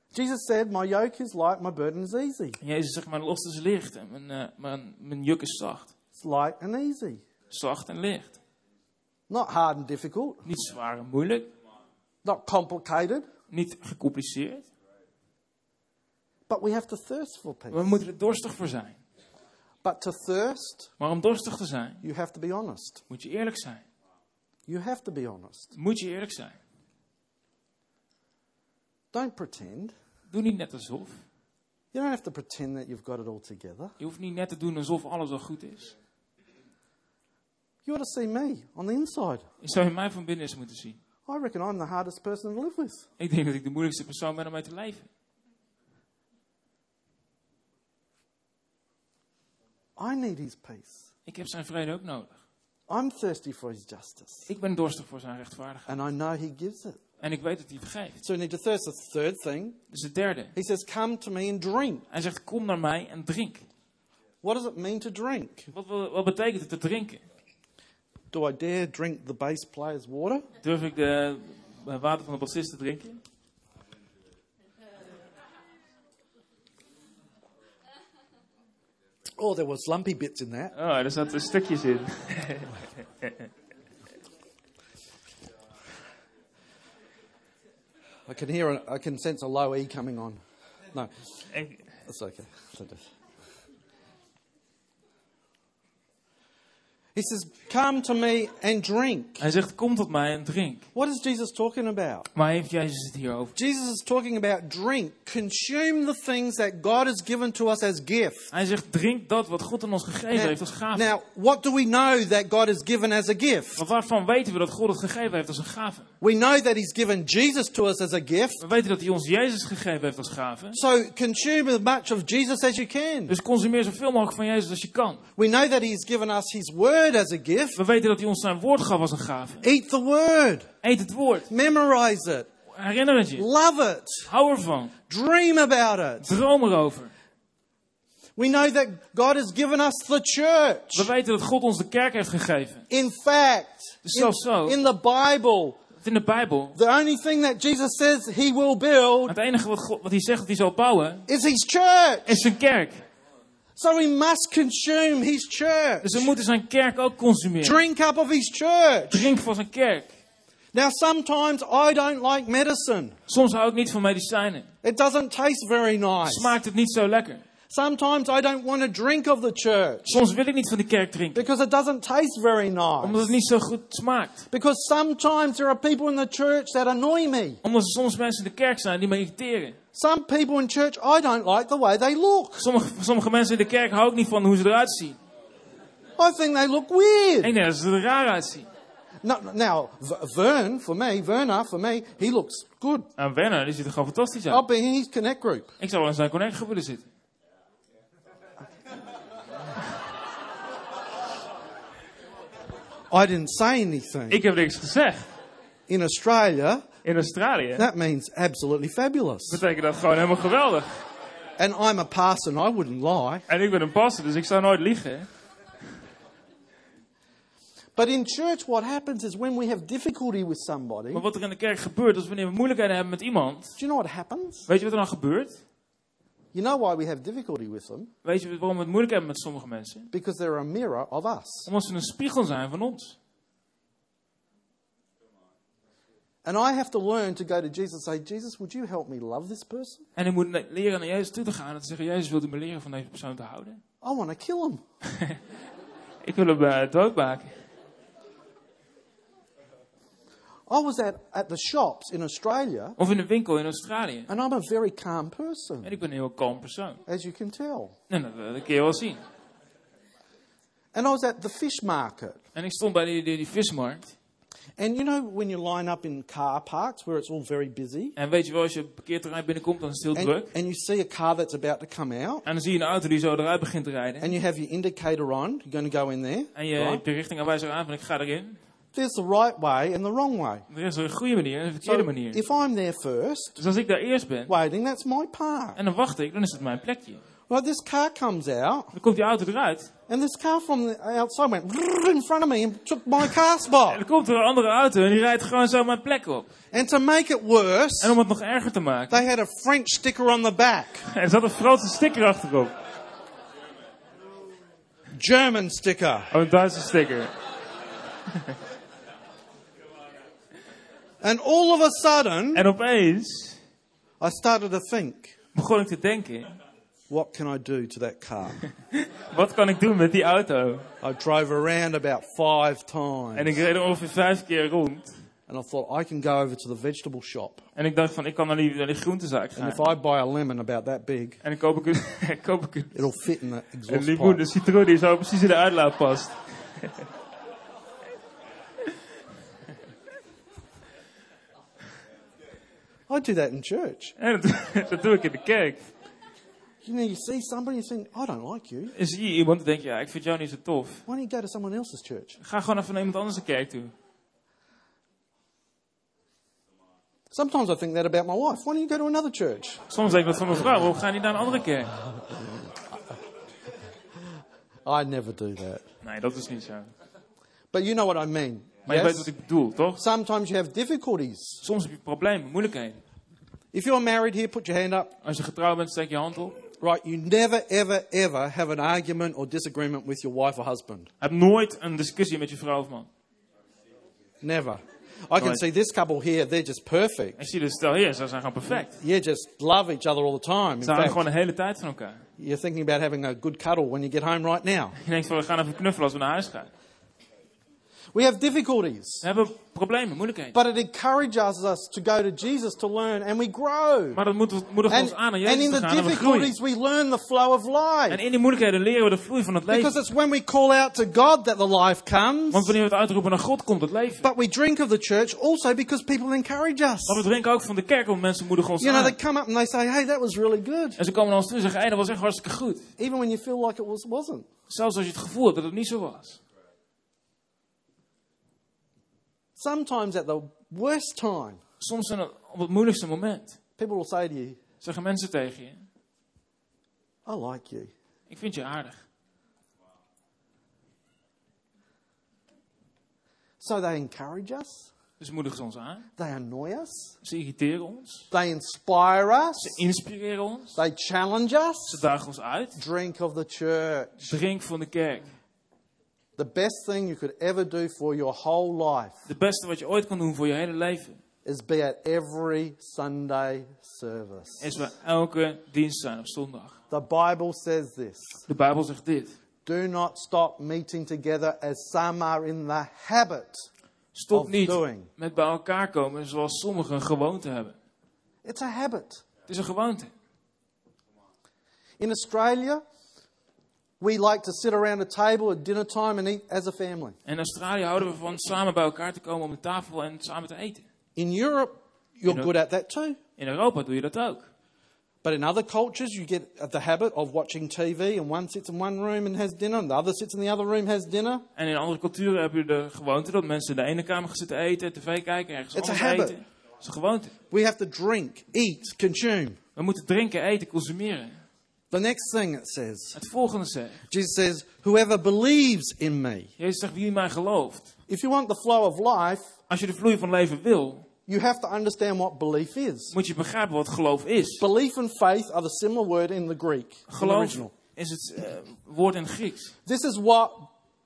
S1: Jesus said, My yoke is light, my burden is easy.
S2: En Jezus zegt, mijn last is licht en mijn, eh, mijn, mijn juk is zacht.
S1: It's light and easy,
S2: Zacht en licht.
S1: not hard and difficult,
S2: Niet zwaar en moeilijk,
S1: not complicated,
S2: niet gecompliceerd.
S1: but we have to thirst for peace.
S2: We moeten er dorstig voor zijn.
S1: But to thirst,
S2: Maar om dorstig te zijn,
S1: you have to be honest.
S2: moet je eerlijk zijn.
S1: You have to be honest.
S2: Moet je eerlijk zijn.
S1: Don't pretend.
S2: Doe niet net alsof.
S1: You don't have to pretend that you've got it all together.
S2: Je hoeft niet net te doen alsof alles al goed is.
S1: You ought to see me on the inside.
S2: Je zou je mij van binnen eens moeten zien.
S1: I reckon I'm the hardest person to live with.
S2: Ik denk dat ik de moeilijkste persoon ben om uit te leven.
S1: I need his peace.
S2: Ik heb zijn vrede ook nodig.
S1: I'm thirsty for his justice.
S2: Ik ben dorstig voor zijn rechtvaardigheid.
S1: And I know he gives it.
S2: En ik weet dat hij het geeft.
S1: So we need to thirst. That's the third thing.
S2: Dus de derde.
S1: He says, Come to me and drink.
S2: Hij zegt, kom naar mij en drink.
S1: What does it mean to drink?
S2: Wat, wil- wat betekent het te drinken?
S1: Do I dare drink the bass player's water?
S2: Durf ik de eh, water van de bassist te drinken?
S1: Oh, there was lumpy bits in that.
S2: Oh, er zaten stukjes in.
S1: I can hear, a, I can sense a low E coming on. No,
S2: En-
S1: that's okay. Don't do it. He says, Come to me and drink.
S2: Hij zegt, kom tot mij en drink.
S1: What is Jesus talking about?
S2: Maar heeft Jezus het hier over?
S1: Jesus is talking about drink. Consume the things that God has given to us as gift.
S2: Hij zegt, drink dat wat God aan ons gegeven heeft als gave.
S1: now, what do we know that God has given as a gift?
S2: Want waarvan weten we dat God het gegeven heeft als een gave?
S1: We know that He's given Jesus to us as a gift.
S2: We weten dat hij ons Jezus gegeven heeft als gave.
S1: So consume as much of Jesus as you can.
S2: Dus consumeer zoveel mogelijk van Jezus als je kan.
S1: We know that He's given us His Word as a gift.
S2: We weten dat hij ons zijn woord gaf als een gave.
S1: Eat the Word.
S2: Eet het woord.
S1: Memorize it.
S2: Herinner het je.
S1: Love it.
S2: Hou ervan.
S1: Dream about it.
S2: Droom erover.
S1: We know that God has given us the church.
S2: We weten dat God ons de kerk heeft gegeven.
S1: In fact, in,
S2: Zelfs zo.
S1: in the Bible,
S2: Want In de Bijbel.
S1: the only thing that Jesus says He will build
S2: Het enige wat, God, wat hij zegt dat hij zal bouwen,
S1: is His church.
S2: is zijn kerk.
S1: So we must consume His church.
S2: Dus we moeten zijn kerk ook consumeren.
S1: Drink up of His church.
S2: Drink van zijn kerk.
S1: Now, sometimes I don't like medicine.
S2: Soms hou ik niet van medicijnen.
S1: It doesn't taste very nice.
S2: Smaakt het niet zo lekker.
S1: Sometimes I don't want to drink of the church
S2: Soms wil ik niet van de kerk drinken,
S1: because it doesn't taste very
S2: omdat
S1: nice.
S2: het niet zo goed smaakt.
S1: Because sometimes there are people in the church that annoy me.
S2: Omdat er soms mensen in de kerk zijn die me irriteren.
S1: Some people in church, I don't like the way they look.
S2: Sommige, sommige mensen in de kerk hou ik niet van hoe ze eruit zien.
S1: I think they look
S2: Ik
S1: weird.
S2: denk dat ze er raar uitzien.
S1: No, now, V- Vern, for me, Verna, for me, he looks good.
S2: En Nou, Werner, die ziet er gewoon fantastisch uit.
S1: I'll be in his connect group.
S2: Ik zou wel eens naar Connect groep willen zitten.
S1: I didn't say anything.
S2: Ik heb niks gezegd.
S1: in Australia,
S2: In Australië
S1: that means absolutely fabulous.
S2: betekent dat gewoon helemaal geweldig.
S1: And I'm a parson, I wouldn't lie.
S2: En ik ben een pastor, dus ik zou nooit liegen. hè.
S1: But in church, what happens is when we have difficulty with somebody, do
S2: Maar wat er in de kerk gebeurt, is wanneer we moeilijkheden hebben met iemand.
S1: you know what happens?
S2: Weet je wat er dan gebeurt?
S1: You know why we have difficulty with them?
S2: Weet je waarom we het moeilijk hebben met sommige mensen?
S1: Because they're a mirror of us.
S2: Omdat ze een spiegel zijn van ons.
S1: And I have to learn to go to Jesus and say, Jesus, would you help me love this person?
S2: En ik moet ne- leren naar Jezus toe te gaan en te zeggen: Jezus, wilt u me leren van deze persoon te houden?
S1: I want to kill him.
S2: Ik wil hem eh, doodmaken.
S1: I was at, at the shops in Australia,
S2: Of in een winkel in Australië.
S1: and I'm a very calm person,
S2: En ik ben een heel kalm persoon.
S1: as you can tell.
S2: En dat, eh, dat kun je wel zien.
S1: And I was at the fish market.
S2: En ik stond bij die, die, die vismarkt.
S1: And you know when you line up in car parks where it's all very busy?
S2: En weet je wel, als je op het parkeerterrein binnenkomt, dan is het heel
S1: And,
S2: druk.
S1: and you see a car that's about to come out,
S2: En dan zie je een auto die zo eruit begint te rijden.
S1: and you have your indicator on, you're going to go in there.
S2: En je
S1: right?
S2: hebt de richtingaanwijzer aan van ik ga erin.
S1: There's the right way and the wrong way.
S2: Er is een goede manier en een
S1: So
S2: verkeerde manier.
S1: if I'm there first,
S2: Dus als ik daar eerst ben
S1: waiting, that's my part.
S2: en dan wacht ik, dan is het mijn plekje.
S1: Well, this car comes out,
S2: Dan komt die auto eruit
S1: and this car from the outside went in front of me and took my car
S2: en
S1: spot.
S2: dan komt er een andere auto en die rijdt gewoon zo mijn plek op.
S1: And to make it worse,
S2: En om het nog erger te maken,
S1: they had a French sticker on the back,
S2: er zat een Franse sticker achterop.
S1: German sticker.
S2: Oh, een Duitse sticker.
S1: And all of a sudden,
S2: En opeens
S1: I started to think,
S2: begon ik te denken,
S1: what can I do to that car?
S2: wat kan ik doen met die auto?
S1: I drove around about five
S2: En
S1: times.
S2: ik reed er ongeveer vijf keer rond.
S1: And I thought, I can go over to the vegetable shop.
S2: En ik dacht van, ik kan naar die, naar die groentezaak
S1: And
S2: gaan.
S1: if I buy a lemon about that big,
S2: En dan koop ik een, koop ik een,
S1: it'll fit in the
S2: een
S1: exhaust
S2: limoen,
S1: pipe.
S2: een citroen die zo precies in de uitlaat past.
S1: I do that in church.
S2: En dat, dat doe ik in de kerk.
S1: You know, you see somebody, you think, I don't like you.
S2: En zie je iemand en denk je, ja, ik vind jou niet zo tof.
S1: Why don't you go to someone else's church?
S2: Ga gewoon even naar iemand anders de kerk toe.
S1: Sometimes I think that about my wife. Why don't you go to another church?
S2: Soms denk ik dat van mijn vrouw, waarom ga je niet naar een andere kerk?
S1: I never do that.
S2: Nee, dat is niet zo.
S1: But you know what I mean.
S2: Maar je weet
S1: yes?
S2: wat ik bedoel, toch?
S1: Sometimes you have difficulties.
S2: Soms heb je problemen, moeilijkheden.
S1: If you're married here, put your hand up.
S2: Als je getrouwd bent, steek je hand op. Je
S1: Right, you never, ever, ever have an argument or disagreement with your wife or husband.
S2: hebt nooit een discussie met je vrouw of man.
S1: Never. I can
S2: Right.
S1: see this couple here, they're just perfect.
S2: Ik zie dus, stel hier, ze zijn gewoon perfect. Ze
S1: You just love each other all the time. In
S2: houden
S1: fact,
S2: gewoon de hele tijd van elkaar.
S1: you're thinking about having a good cuddle when you get home right now.
S2: Je denkt van, we gaan even knuffelen als we naar huis gaan.
S1: We have difficulties.
S2: Ze hebben problemen, moeilijkheden.
S1: But it encourages us to go to Jesus to learn and we grow.
S2: Maar dat moedigt moedigt
S1: And,
S2: ons aan aan
S1: and
S2: Jezus
S1: in
S2: te
S1: the
S2: gaan en we groeien.
S1: difficulties, we learn the flow of
S2: En
S1: life.
S2: in die moeilijkheden leren we de vloei van het
S1: Because
S2: leven.
S1: it's when we call out to God that the life comes.
S2: Want wanneer we het uitroepen naar God, komt het leven.
S1: But we drink of the church also because people encourage us.
S2: Maar we drinken ook van de kerk, want mensen moedigen ons
S1: You know,
S2: aan.
S1: they come up and they say, hey, that was really good.
S2: En ze komen naar ons toe en zeggen, hé, dat was echt hartstikke goed.
S1: Even when you feel like it was, wasn't.
S2: Zelfs als je het gevoel hebt dat het niet zo was.
S1: Sometimes at the worst time,
S2: Soms zijn het op het moeilijkste moment.
S1: people will say to you,
S2: Zeggen mensen tegen je,
S1: I like you.
S2: ik vind je aardig.
S1: So they encourage us,
S2: Dus moedigen ze ons aan.
S1: they annoy us,
S2: Ze irriteren ons.
S1: they inspire us,
S2: Ze inspireren ons.
S1: they challenge
S2: Ze
S1: us.
S2: dagen ons uit.
S1: Drink of the church.
S2: Drink van de kerk.
S1: The best thing you could ever do for your whole life
S2: De beste wat je ooit kan doen voor je hele leven.
S1: is be at every Sunday service.
S2: is bij elke dienst zijn op zondag.
S1: The Bible says this
S2: De Bijbel zegt dit.
S1: Do not stop meeting together as some are in the habit.
S2: Stop
S1: Of
S2: niet
S1: doing.
S2: met bij elkaar komen zoals sommigen een gewoonte hebben.
S1: It's a habit.
S2: Het is een gewoonte.
S1: In Australia, we like to sit around a table at dinner time and eat as a family.
S2: In Australië houden we van samen bij elkaar te komen om de tafel en samen te eten.
S1: In Europe, you're
S2: You know-
S1: good at that too.
S2: In Europa doe je dat ook.
S1: But in other cultures, you get at the habit of watching TV, and one sits in one room and has dinner, and the other sits in the other room has dinner.
S2: En in andere culturen heb je de gewoonte dat mensen in de ene kamer gaan zitten eten, tv kijken, ergens
S1: It's a
S2: anders
S1: habit.
S2: eten. Het is een gewoonte.
S1: We have to drink, eat, consume.
S2: We moeten drinken, eten, consumeren.
S1: The next thing it says
S2: Het volgende zegt.
S1: Jesus says, Whoever believes in me.
S2: Jezus zegt, wie in mij gelooft.
S1: If you want the flow of life,
S2: Als je de vloei van leven wil,
S1: you have to understand what belief is.
S2: moet je begrijpen wat geloof is.
S1: Belief and faith are the similar word in the Greek, in the
S2: Geloof
S1: original.
S2: is het eh, woord in het Grieks.
S1: This is what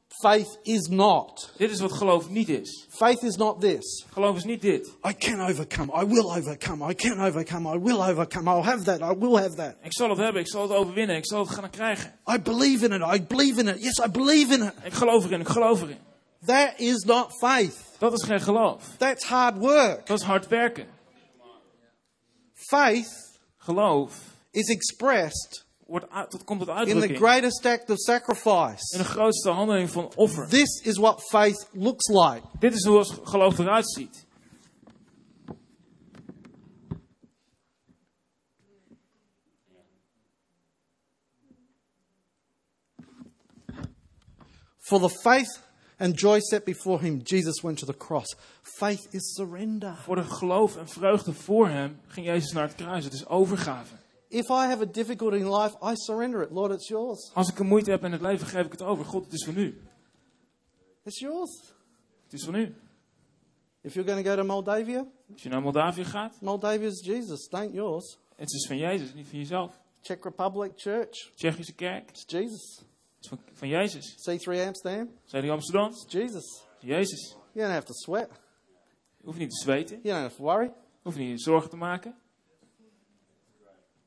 S1: faith is not.
S2: Dit is wat geloof niet is.
S1: Faith is not this.
S2: Geloof is niet dit.
S1: I can overcome. I will overcome. I can overcome. I will overcome. I'll have that. I will have that.
S2: Ik zal het hebben, ik zal het overwinnen, ik zal het gaan krijgen.
S1: I believe in it. I believe in it. Yes, I believe in it.
S2: Ik geloof erin, ik geloof erin.
S1: That is not faith.
S2: Dat is geen geloof.
S1: That's hard work.
S2: Dat is hard werken.
S1: Faith
S2: Geloof
S1: is expressed
S2: wordt uit- dat komt tot
S1: in the
S2: uitdrukking.
S1: greatest act of
S2: in
S1: sacrifice.
S2: de grootste handeling van offer.
S1: This is what faith looks like.
S2: Dit is hoe ons geloof eruit ziet.
S1: For the faith and joy set before him, Jesus went to the cross. Faith is surrender.
S2: Voor de geloof en vreugde voor hem ging Jezus naar het kruis. Het is overgave.
S1: If I have a difficulty in life, I surrender it. Lord, it's yours.
S2: Als ik een moeite heb in het leven, geef ik het over. God, het is van u.
S1: It's yours.
S2: Het is van u.
S1: If you're going to go to Moldavia,
S2: Als je naar Moldavië gaat,
S1: Moldavia's Jesus, it ain't yours.
S2: het is van Jezus, niet van jezelf.
S1: Czech Republic Church,
S2: Tsjechische kerk, het
S1: it's Jesus.
S2: is van, van Jezus.
S1: C3 Amsterdam,
S2: Zijn die Amsterdam?
S1: it's Jesus.
S2: Jezus.
S1: You don't have to sweat.
S2: Je hoeft niet te zweten.
S1: You don't have to worry.
S2: Je hoeft niet zorgen te maken.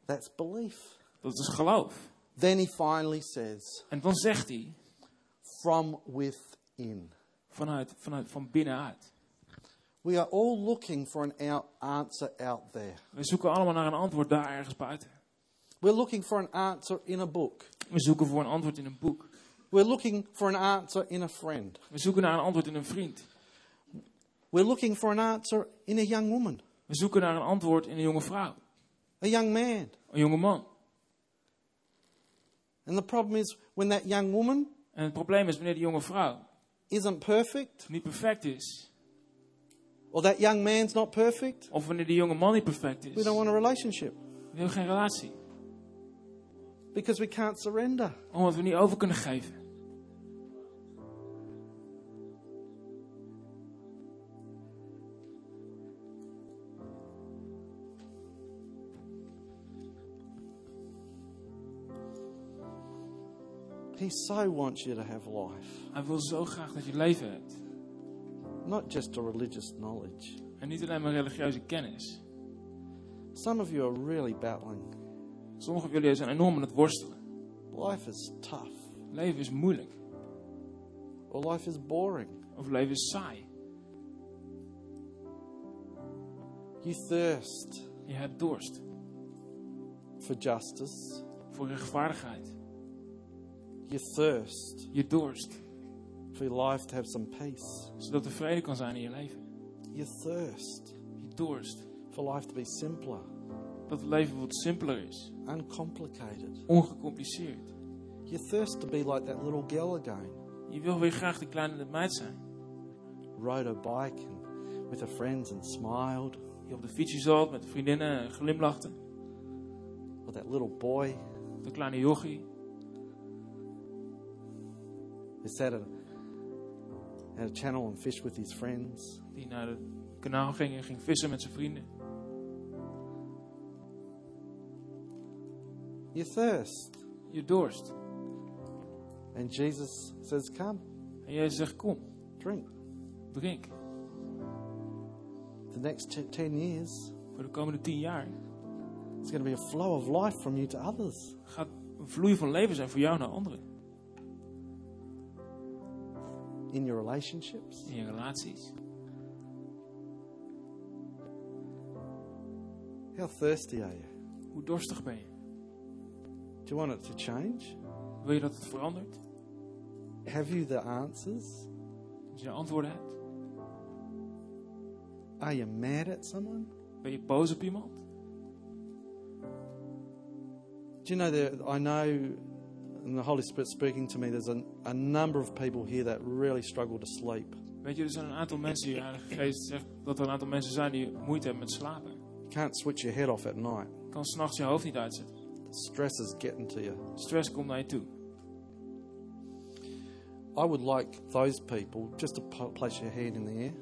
S1: That's belief.
S2: Dat is geloof.
S1: Then he finally says,
S2: En dan zegt hij,
S1: from within.
S2: vanuit, vanuit, van binnenuit.
S1: We are all looking for an out answer out there.
S2: We zoeken allemaal naar een antwoord daar ergens buiten.
S1: We're looking for an answer in a book.
S2: We zoeken voor een antwoord in een boek.
S1: We're looking for an answer in a friend.
S2: We zoeken naar een antwoord in een vriend.
S1: We're looking for an answer in a young woman,
S2: We zoeken naar een antwoord in een jonge vrouw.
S1: a young man.
S2: Een jonge man.
S1: And the problem is when that young woman
S2: En het probleem is wanneer die jonge vrouw
S1: isn't perfect,
S2: niet perfect is.
S1: or that young man's not perfect,
S2: Of wanneer die jonge man niet perfect is.
S1: we don't want a relationship
S2: We hebben geen relatie.
S1: because we can't surrender.
S2: Omdat we niet over kunnen geven.
S1: He so wants you to have life,
S2: Hij wil zo graag dat je leven hebt.
S1: not just a religious knowledge.
S2: En niet alleen maar religieuze kennis.
S1: Some of you are really battling.
S2: Sommigen van jullie zijn enorm aan het worstelen.
S1: Life is tough,
S2: Leven is moeilijk.
S1: or life is boring.
S2: Of leven is saai.
S1: You thirst
S2: Je hebt dorst.
S1: for justice,
S2: Voor rechtvaardigheid.
S1: you thirst
S2: Je dorst.
S1: for your life to have some peace,
S2: Zodat er vrede kan zijn in je leven.
S1: you thirst
S2: Je dorst.
S1: for life to be simpler,
S2: Dat het leven wat simpeler is.
S1: uncomplicated.
S2: Ongecompliceerd.
S1: You thirst to be like that little girl again,
S2: Je wil weer graag de kleine meid zijn.
S1: rode bike and with her friends and smiled,
S2: Die op de fietsje zat met de vriendinnen en glimlachte.
S1: or that little boy
S2: De kleine jochie.
S1: who sat at a, at a channel and fished with his friends.
S2: Die naar het kanaal ging en ging vissen met zijn vrienden.
S1: You thirst,
S2: Je dorst.
S1: and Jesus says, "Come,
S2: En Jezus zegt, kom,
S1: drink."
S2: drink.
S1: for the next t- 10 years.
S2: Voor de komende tien jaar
S1: It's going to be a flow of life from you to others.
S2: gaat een vloei van leven zijn voor jou naar anderen.
S1: In your relationships,
S2: In je relaties.
S1: how thirsty are you?
S2: Hoe dorstig ben je?
S1: Do you want it to change?
S2: Wil je dat het verandert?
S1: Have you the answers?
S2: Als je antwoorden hebt.
S1: Are you mad at someone?
S2: Ben je boos op iemand?
S1: Do you know that I know, and the Holy Spirit speaking to me, there's a, a number of people here that really struggle to sleep.
S2: Weet je, er zijn een aantal mensen die Heilige Geest zegt dat er een aantal mensen zijn die moeite hebben met slapen.
S1: You can't switch your head off at night.
S2: Je kan s'nachts je hoofd niet uitzetten.
S1: Stress is getting to you.
S2: Stress komt naar je toe.
S1: I would like those people just to pl- place your hand in the air.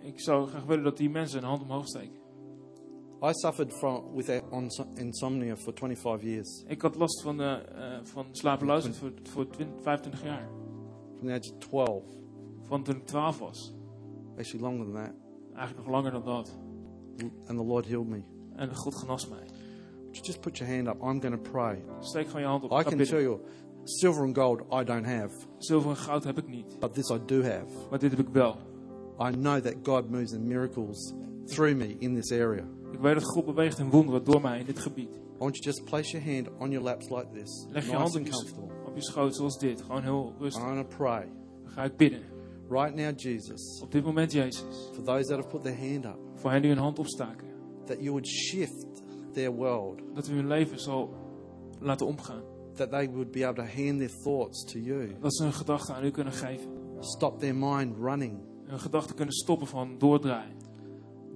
S2: Ik zou graag willen dat die mensen een hand omhoog steken.
S1: I suffered from with a- on- insomnia for 25 years,
S2: Ik had last van, eh, eh, van slapeloosheid voor, voor 20, 25 jaar.
S1: from the age of 12,
S2: Van toen ik 12 was.
S1: actually longer than that.
S2: Eigenlijk nog langer dan dat.
S1: And the Lord healed me.
S2: En God genas mij.
S1: Would you Just put your hand up. I'm going to pray.
S2: Steek gewoon je hand op.
S1: I
S2: Ga
S1: can
S2: bidden.
S1: tell you, silver and gold I don't have,
S2: Zilver en goud heb ik niet.
S1: but this I do have.
S2: Maar dit heb ik wel.
S1: I know that God moves in miracles through me in this area.
S2: Ik weet dat God beweegt in wonderen door mij in dit gebied.
S1: I want you to just place your hand on your laps like this,
S2: Leg je
S1: nice
S2: hand op
S1: and
S2: je,
S1: comfortable.
S2: op je schoot zoals dit. Gewoon heel
S1: I'm
S2: rustig.
S1: going to pray
S2: Dan ga ik bidden.
S1: right now, Jesus,
S2: Op dit moment, Jezus.
S1: for those that have put their hand up,
S2: Voor hen die hun hand opstaken.
S1: that you would shift their world,
S2: Dat we hun leven zal laten omgaan.
S1: that they would be able to hand their thoughts to you,
S2: Dat ze hun gedachten aan u kunnen geven.
S1: stop their mind running.
S2: Hun gedachten kunnen stoppen van doordraaien.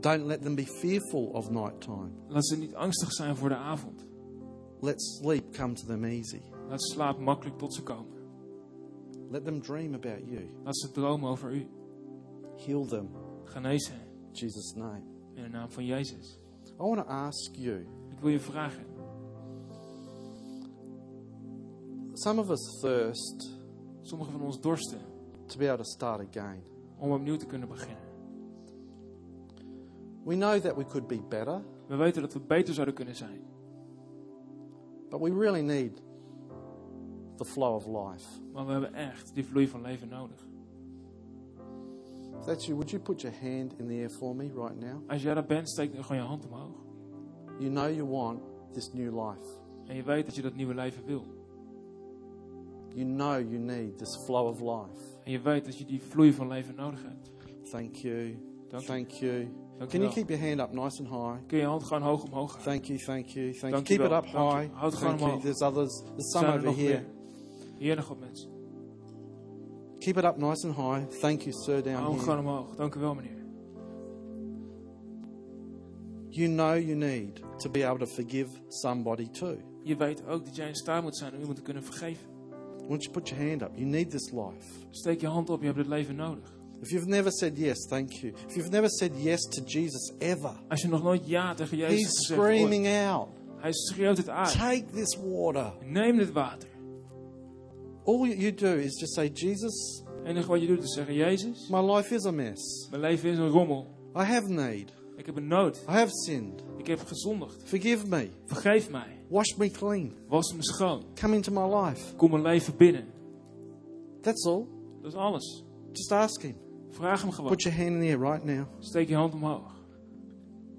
S1: Don't let them be fearful of night time.
S2: Laat ze niet angstig zijn voor de avond.
S1: Let sleep come to them easy.
S2: Laat slaap makkelijk tot ze komen.
S1: Let them dream about you.
S2: Laat ze dromen over u.
S1: Heal them,
S2: Genees hen.
S1: in Jesus' name.
S2: In de naam van Jezus.
S1: I want to ask you.
S2: Ik wil je vragen.
S1: Some of us thirst
S2: Sommigen van ons dorsten.
S1: to be able to start again.
S2: om opnieuw te kunnen beginnen.
S1: We know that we could be better,
S2: We weten dat we beter zouden kunnen zijn,
S1: but we really need the flow of life.
S2: maar we hebben echt die vloei van leven nodig.
S1: If that's you, would you put your hand in the air for me right now?
S2: Als jij daar bent, steek dan gewoon je hand omhoog.
S1: You know you want this new life.
S2: En je weet dat je dat nieuwe leven wil.
S1: You know you need this flow of life.
S2: En je weet dat je die vloei van leven nodig hebt.
S1: Thank you.
S2: Dank je.
S1: Thank you.
S2: Dank
S1: Can
S2: je
S1: you
S2: wel.
S1: keep your hand up nice and high?
S2: Kun je hand gewoon hoog omhoog houden.
S1: Thank you, thank you, thank you.
S2: Dank je
S1: Keep it
S2: wel.
S1: up
S2: Dank je.
S1: high.
S2: Houd het gewoon
S1: Thank you.
S2: omhoog.
S1: There's others. There's some
S2: Zijn er
S1: over
S2: nog
S1: here.
S2: meer? Hier nog wat mensen.
S1: Keep it up nice and high. Thank you, sir, down
S2: Hou hem gewoon
S1: here.
S2: omhoog. Dank u wel, meneer.
S1: You know you need to be able to forgive somebody too.
S2: Je weet ook dat jij in staat moet zijn om iemand te kunnen vergeven.
S1: Once you put your hand up, you need this life.
S2: Steek je hand op, je hebt dit leven nodig.
S1: If you've never said yes, thank you. If you've never said yes to Jesus ever,
S2: Als je nog nooit ja tegen Jezus
S1: he's
S2: hebt gezegd,
S1: screaming out,
S2: ooit, hij schreeuwt het uit.
S1: take this water.
S2: Neem dit water.
S1: All you do is just say, Jesus,
S2: Het enige wat je doet is zeggen, Jezus,
S1: my life is a mess.
S2: Mijn leven is een rommel.
S1: I have need.
S2: Ik heb een nood.
S1: I have sinned.
S2: Ik heb gezondigd.
S1: Forgive me.
S2: Vergeef mij.
S1: Wash me clean.
S2: Was me schoon.
S1: Come into my life.
S2: Kom mijn leven binnen.
S1: That's all.
S2: Dat is alles.
S1: Just ask him.
S2: Vraag hem gewoon.
S1: Put your hand in the air right now.
S2: Steek je hand omhoog.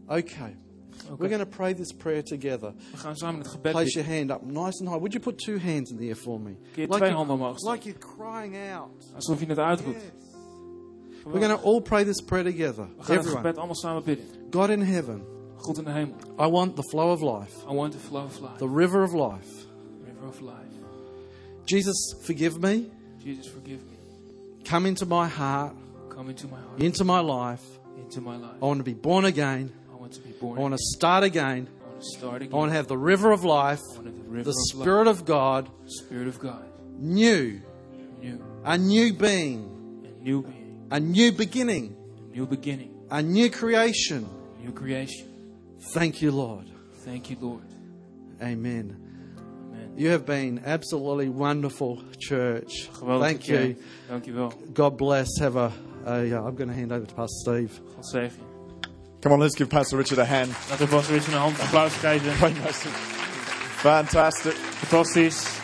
S1: Okay.
S2: Oké.
S1: We're going to pray this prayer together.
S2: We gaan samen het gebed
S1: Place your
S2: doen.
S1: hand up nice and high. Would you put two hands in the air for me?
S2: Kun je twee handen omhoog steken?
S1: like you're crying out.
S2: Alsof je het uitroept.
S1: Yes. We're going to all pray this prayer together.
S2: We gaan het
S1: Everyone.
S2: gebed allemaal samen bidden.
S1: God in heaven,
S2: God in de hemel.
S1: I want the flow of life,
S2: I want the flow of life.
S1: the river of life.
S2: River of life.
S1: Jesus, forgive me.
S2: Jesus, forgive me.
S1: Come into my heart,
S2: Come into my heart.
S1: into my life.
S2: Into my
S1: I
S2: life.
S1: want to be born again.
S2: I want to be
S1: I
S2: born.
S1: want to start again.
S2: I want to start
S1: I
S2: again.
S1: want to have the river of life,
S2: I want the river
S1: the
S2: of life.
S1: Spirit of God,
S2: Spirit of God.
S1: new,
S2: New.
S1: a new being,
S2: A new being.
S1: a new beginning,
S2: A new beginning.
S1: a new creation.
S2: A new creation.
S1: Thank you, Lord.
S2: Thank you, Lord.
S1: Amen.
S2: Amen.
S1: You have been absolutely wonderful, church.
S2: Geweldige
S1: Thank
S2: kerk.
S1: you.
S2: Dankjewel.
S1: uh, God bless. Have a. a I'm going to hand over to Pastor Steve.
S2: God zegen je.
S3: Come on, let's give Pastor Richard a hand.
S2: Laten we Pastor Richard een hand applaus geven.
S3: Fantastic.
S2: Fantastisch.